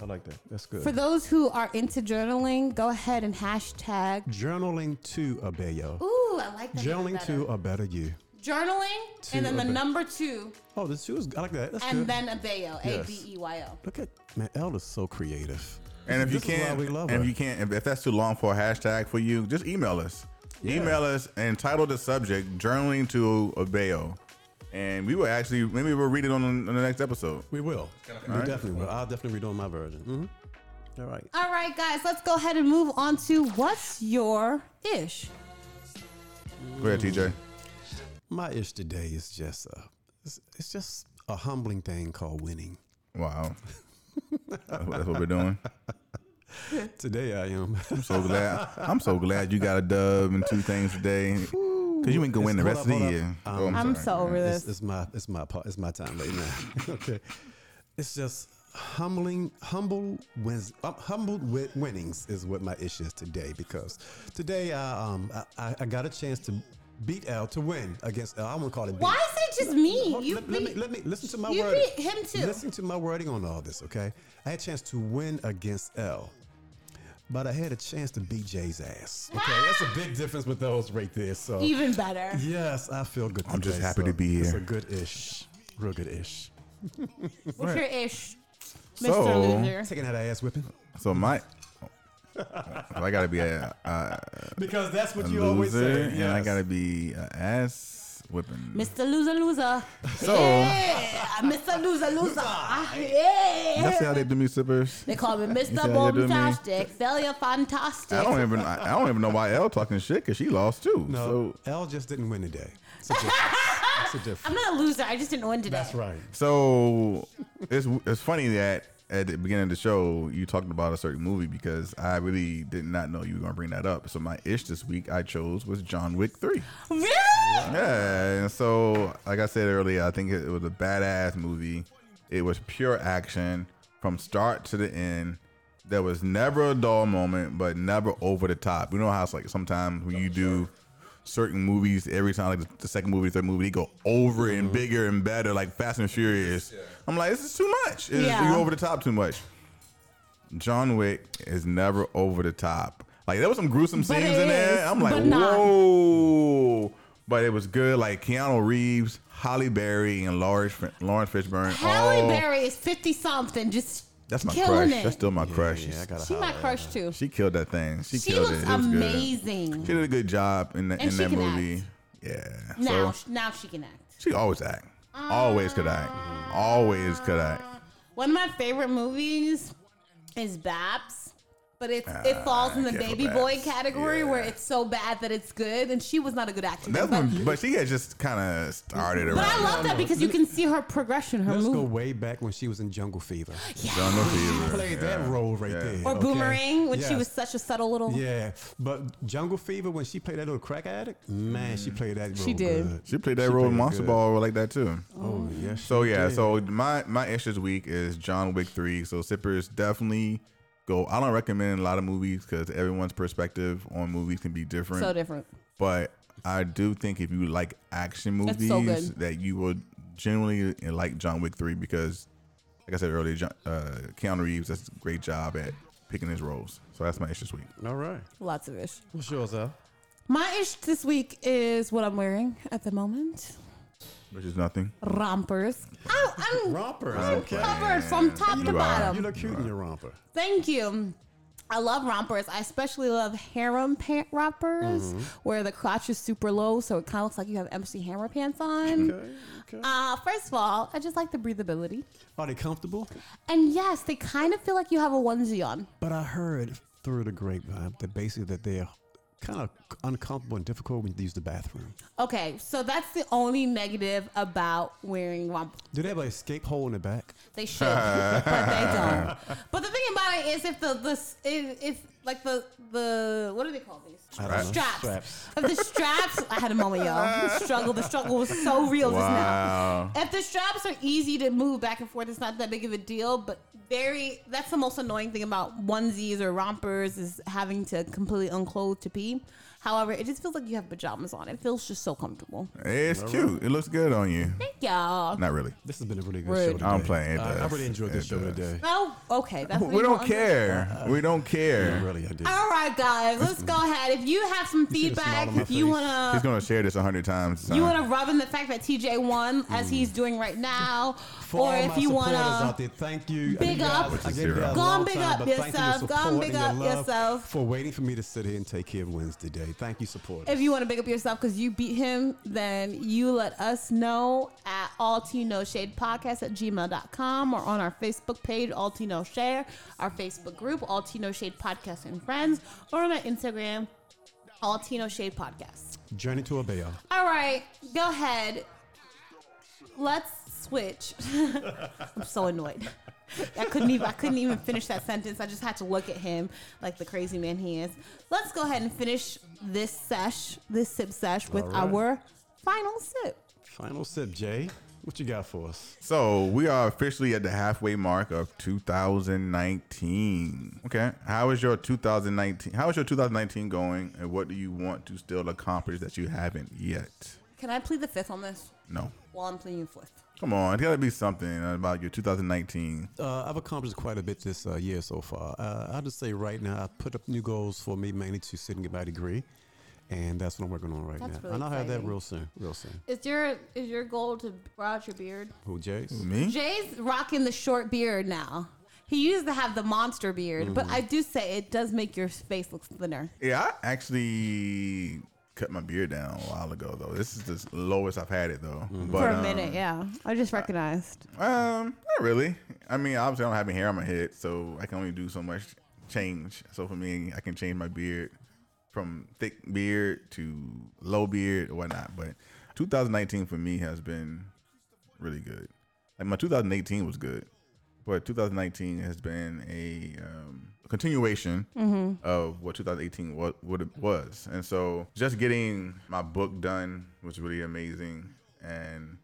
D: I like that. That's good.
B: For those who are into journaling, go ahead and hashtag.
D: journaling to a Bayo.
B: Ooh, I like that. even
D: Journaling
B: better.
D: to a better you.
B: journaling,
D: To
B: and then the
D: Abe-
B: number two,
D: Oh, the two is I like that. That's
B: and
D: good.
B: then Abeo, A
D: Yes.
B: B E Y O.
D: Look at man, L is so creative.
C: And if you
D: This is why
C: can't,
D: we love
C: and if
D: her.
C: you can't, if, if that's too long for a hashtag for you, just email us. Email us and title the subject "Journaling to Obeo," and we will actually maybe we'll read it on, on the next episode.
D: We will.
I: kinda
D: We
I: fun.
D: definitely will. I'll definitely read on my version. Mm-hmm. All right.
B: All right, guys, let's go ahead and move on to what's your ish.
C: Go ahead, TJ.
D: My ish today is just a, it's, it's just a humbling thing called winning.
C: Wow. *laughs* that's what we're doing.
D: Today I am. *laughs*
C: So glad. I'm so glad you got a dub and two things today. Because you ain't gonna win the
D: Hold
C: rest of
D: up,
C: the
D: hold up.
C: year. Oh,
B: I'm
C: sorry.
B: so over
D: It's,
B: this.
D: it's my it's my part. It's my time right now. *laughs* okay, it's just humbling, humble wins, um, humble wi- winnings is what my issue is today because today I um I- I, I got a chance to beat L to win against L. I won't call it. Beat.
B: Why is it just me?
D: Hold-
B: You
D: let, let me
B: beat-
D: let me listen to my
B: you
D: wording.
B: beat him too.
D: Listen to my wording on all this, okay? I had a chance to win against L, but I had a chance to beat Jay's ass. Okay, that's a big difference with those right there. So
B: even better.
D: Yes, I feel good.
C: I'm just
D: today,
C: happy to be
D: It's
C: here.
D: a good ish, real good ish.
B: What's your ish, Mr.
C: So-
B: Loser?
D: Taking that ass whipping
C: So
D: *laughs*
C: my, I gotta be a, a,
D: because that's
C: a
D: what you always
C: loser,
D: say.
C: and I
D: yes.
C: gotta be a ass whipping.
B: Mr. Loser Loser.
C: So
B: Yeah, Mr. Loser Loser. Ah, yeah.
C: that's how they do me sippers.
B: They call me
C: You
B: Mr.
C: see how they do me?
B: Bombastic, Celia Fantastic.
C: I don't even I, I don't even know why L talking shit because she lost too.
D: No,
C: So
D: L just didn't win today. It's a difference. It's a
B: I'm *laughs*
D: difference.
B: not a loser. I just didn't win today.
D: That's right.
C: so it's it's funny that at the beginning of the show you talked about a certain movie because I really did not know you were gonna bring that up. So my ish this week I chose was John Wick three.
B: Really?
C: Yeah, and so like I said earlier, I think it, it was a badass movie. It was pure action from start to the end. There was never a dull moment, but never over the top. You know how it's like sometimes when you do certain movies, every time like the second movie, third movie, they go over and bigger and better, like Fast and Furious. I'm like, this is too much. It's,
B: Yeah.
C: You're over the top too much. John Wick is never over the top. Like there was some gruesome
B: But
C: scenes
B: it
C: in there.
B: is,
C: I'm like,
B: but not.
C: whoa! But it was good. Like Keanu Reeves, Holly Berry, and Lawrence Lawrence Fishburne.
B: Halle
C: all-
B: Berry is 50 something, just
C: Oh. That's my
B: killing
C: crush.
B: it.
C: That's still my crush.
D: Yeah, I gotta
B: she
D: holler
B: my
D: at
B: crush too.
C: She killed that thing. She,
B: She
C: killed
B: looks
C: it. It was good.
B: amazing.
C: She did a good job in, the,
B: And
C: in
B: she
C: that
B: can
C: movie.
B: act.
C: Yeah.
B: Now,
C: So
B: now she can act.
C: she always act. Always could act.
B: Mm.
C: Always could act.
B: One of my favorite movies is Babs, but it's
D: Ah,
B: it falls in the
C: yeah, for
B: baby boy
C: Babs.
B: category where
C: Yeah.
B: it's so bad that it's good, and she was not a good actor.
C: That's
B: but,
C: when, but she had just kind of started around.
B: but I love that because you can see her progression, her
D: Let's go
B: move.
D: way back when she was in Jungle Fever.
C: John Lefevre.
D: Played that role right
C: Yeah.
D: there.
B: Or
D: okay?
B: Boomerang when she
D: Yes.
B: was such a subtle little.
D: Yeah, but Jungle Fever when she played that little crack addict, man, she played that.
B: She
D: role
B: did.
D: good.
C: She played that role in
D: played it
C: Monster
D: good.
C: Ball like that too.
D: Oh yes.
C: So
D: she
C: yeah,
D: did.
C: so my my ish this week is John Wick three. So sippers definitely go. I don't recommend a lot of movies because everyone's perspective on movies can be different.
B: So different.
C: but I do think if you like action
B: That's
C: movies,
B: so good.
C: that you will generally uh, like John Wick three because, like I said earlier, John, uh, Keanu Reeves does a great job at picking his roles. So that's my ish this week.
D: all right.
B: Lots of ish.
D: What's yours, Al?
B: My ish this week is what I'm wearing at the moment.
C: Which is nothing.
B: Rompers. I, I'm
D: Rompers.
B: I'm
D: okay.
B: covered from top
C: You
B: to
C: are.
D: You
B: bottom.
D: look cute in your romper.
B: Thank you. I love rompers. I especially love harem pant rompers
D: Mm-hmm.
B: where the crotch is super low, so it kind of looks like you have MC Hammer pants on.
D: Okay. okay.
B: Uh, first of all, I just like the breathability.
D: Are they comfortable?
B: And yes, they kind of feel like you have a onesie on.
D: But I heard through the grapevine that basically that they're kind of uncomfortable and difficult when you use the bathroom.
B: Okay, so that's the only negative about wearing rompers.
D: Do they have an escape hole in the back?
B: They
C: *laughs*
B: should, but they don't. But the thing about it is, if the the s- if, if like the the what do they call these
D: I don't know.
B: straps?
D: Straps.
B: If the straps, I had a moment, y'all. The struggle, the struggle was so real
C: Wow.
B: just now. If the straps are easy to move back and forth, it's not that big of a deal. But very, that's the most annoying thing about onesies or rompers is having to completely unclothe to pee. However, it just feels like you have pajamas on. It feels just so comfortable.
C: It's cute. It looks good on you.
B: Thank y'all.
C: Not really.
D: This has been a really good
B: Rude.
D: show today.
C: I'm playing. It
D: I, I
C: does.
D: really enjoyed this
C: It
D: show
C: does.
D: today.
B: Oh, okay. That's what
C: We
B: you
C: don't
B: want.
C: care. We don't care.
D: Really, I did.
B: All right, guys, let's go ahead. If you have some
D: see the smile
B: feedback,
D: on my
B: if you
D: face?
B: wanna,
C: He's gonna share this a hundred times.
B: you wanna rub in the fact that TJ won as he's doing right now,
D: Hmm. For
B: or
D: all
B: if
D: my
B: you
D: supporters
B: wanna,
D: out there, thank you.
B: Big
D: I
B: up.
D: I gave you
C: Go
D: guys a
C: on,
D: long
B: big
D: time,
B: up
D: but thank you for your
B: yourself. Go on,
D: support
B: big
D: and your
B: up
D: love
B: yourself.
D: For waiting for me to sit here and take care of Wednesday Day. Thank you, supporters.
B: if you wanna big up yourself because you beat him, then you let us know at all tea no shade podcast at gmail.com or on our Facebook page, all tea no share, our Facebook group, all tea no shade podcast and friends, or on our Instagram, all tea no shade podcast.
D: Journey to Abaya.
B: All right, go *laughs* ahead. Let's switch. I'm so annoyed. I couldn't even I couldn't even finish that sentence. I just had to look at him like the crazy man he is. Let's go ahead and finish this sesh, this sip sesh, with
H: All right.
B: our final sip.
H: Final sip, Jay. What you got for us?
C: So we are officially at the halfway mark of 2019. Okay, how is your 2019? How is your 2019 going, and what do you want to still accomplish that you haven't yet?
B: Can I plead the fifth on this?
C: No,
B: Well, I'm pleading the fifth.
C: come on, it gotta be something about your 2019.
H: Uh, I've accomplished quite a bit this uh, year so far. Uh, I'll just say right now, I put up new goals for me mainly to sit and get my degree, and that's what I'm working on right
B: That's
H: now.
B: really
H: and I'll have that
B: exciting.
H: real soon, real soon.
B: Is your is your goal to grow out your beard?
H: Who, Jay?
C: Me?
B: Jay's rocking the short beard now. He used to have the monster beard, but I do say it does make your face look thinner.
C: Yeah, I actually cut my beard down a while ago though. This is the lowest I've had it though. But,
B: For a
C: um,
B: minute, yeah. I just recognized.
C: Um, not really. I mean, obviously, I don't have any hair on my head, so I can only do so much change. So for me, I can change my beard from thick beard to low beard or whatnot. But 2019 for me has been really good. Like my 2018 was good, but 2019 has been a um, continuation of what 2018 was, was. And so just getting my book done was really amazing, and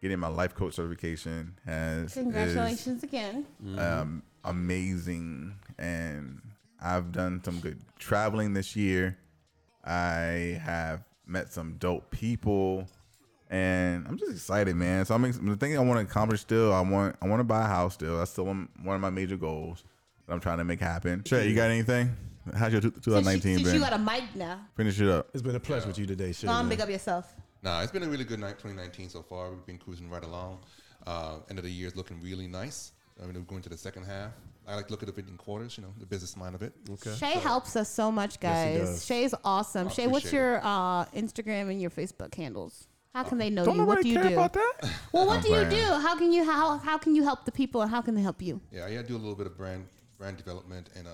C: getting my life coach certification has is-
B: Congratulations again.
C: um, amazing. And I've done some good traveling this year. I have met some dope people, and I'm just excited, man. So I'm ex- the thing I want to accomplish still. I want I want to buy a house still. That's still one, one of my major goals that I'm trying to make happen. Shay, you got anything? How's your two-
B: Since,
C: 2019
B: you, since
C: been?
B: you got a mic now,
C: Finish it up.
H: It's been a pleasure with you today, Shay.
B: go on,
H: man.
B: big up yourself.
E: Nah, it's been a really good night, 2019 so far. We've been cruising right along. Uh, end of the year is looking really nice. I mean, we're going to the second half. I like to look at it in quarters, you know, the business mind of it.
B: Shay helps us so much,
H: Yes, he
B: guys.
H: does.
B: Shay's awesome.
E: I
B: Shay, what's
E: appreciate
B: your uh, Instagram and your Facebook handles? How can they know
C: Don't
B: you? What do
C: nobody
B: you
C: care
B: do?
C: about that.
B: Well, what
C: I'm
B: do you
C: playing.
B: do? How can you how how can you help the people and how can they help you?
E: Yeah, yeah, I do a little bit of brand brand development and uh,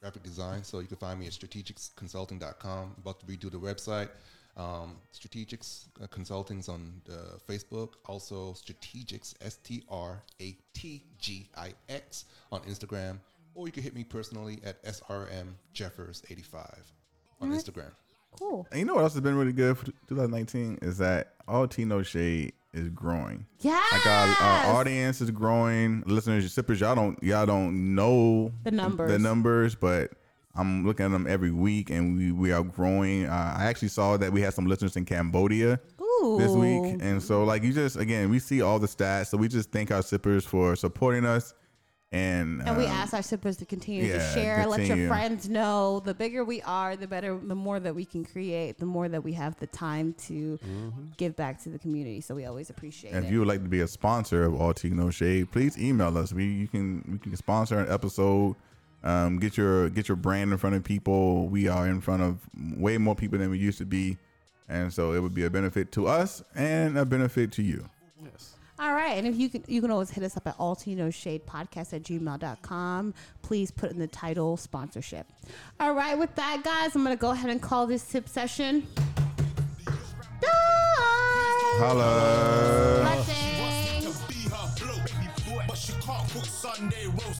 E: graphic design. So you can find me at strategicsconsulting.com. About to redo the website. Um, Strategics uh, Consulting's on the Facebook. Also, Strategics, S T R A T G I X, on Instagram. Or you can hit me personally at SRM Jeffers85 on Instagram.
B: Cool.
C: And you know what else has been really good for 2019 is that all Tino Shade is growing.
B: Yeah.
C: like our, our audience is growing listeners sippers y'all don't y'all don't know
B: The numbers.
C: the numbers but i'm looking at them every week and we we are growing uh, i actually saw that we had some listeners in cambodia this
B: Ooh.
C: week and so like you just again we see all the stats so we just thank our sippers for supporting us and
B: And we
C: um,
B: ask our sippers to continue to
C: yeah,
B: share, let your
C: continue.
B: friends know. The bigger we are, the better, the more that we can create, the more that we have the time to give back to the community. So we always appreciate
C: And
B: it.
C: Mm-hmm. if you would like to be a sponsor of All Tea No Shade, please email us. We you can we can sponsor an episode. Um, get your get your brand in front of people. We are in front of way more people than we used to be, and so it would be a benefit to us and a benefit to you.
B: All right. And if you can, you can always hit us up at altinoshadepodcast at gmail.com. Please put in the title sponsorship. All right. With that, guys, I'm going to go ahead and call this tip session. Done.
C: Holla.
B: Blessings.
J: Wants me to be her bloke, but she can't cook Sunday roast.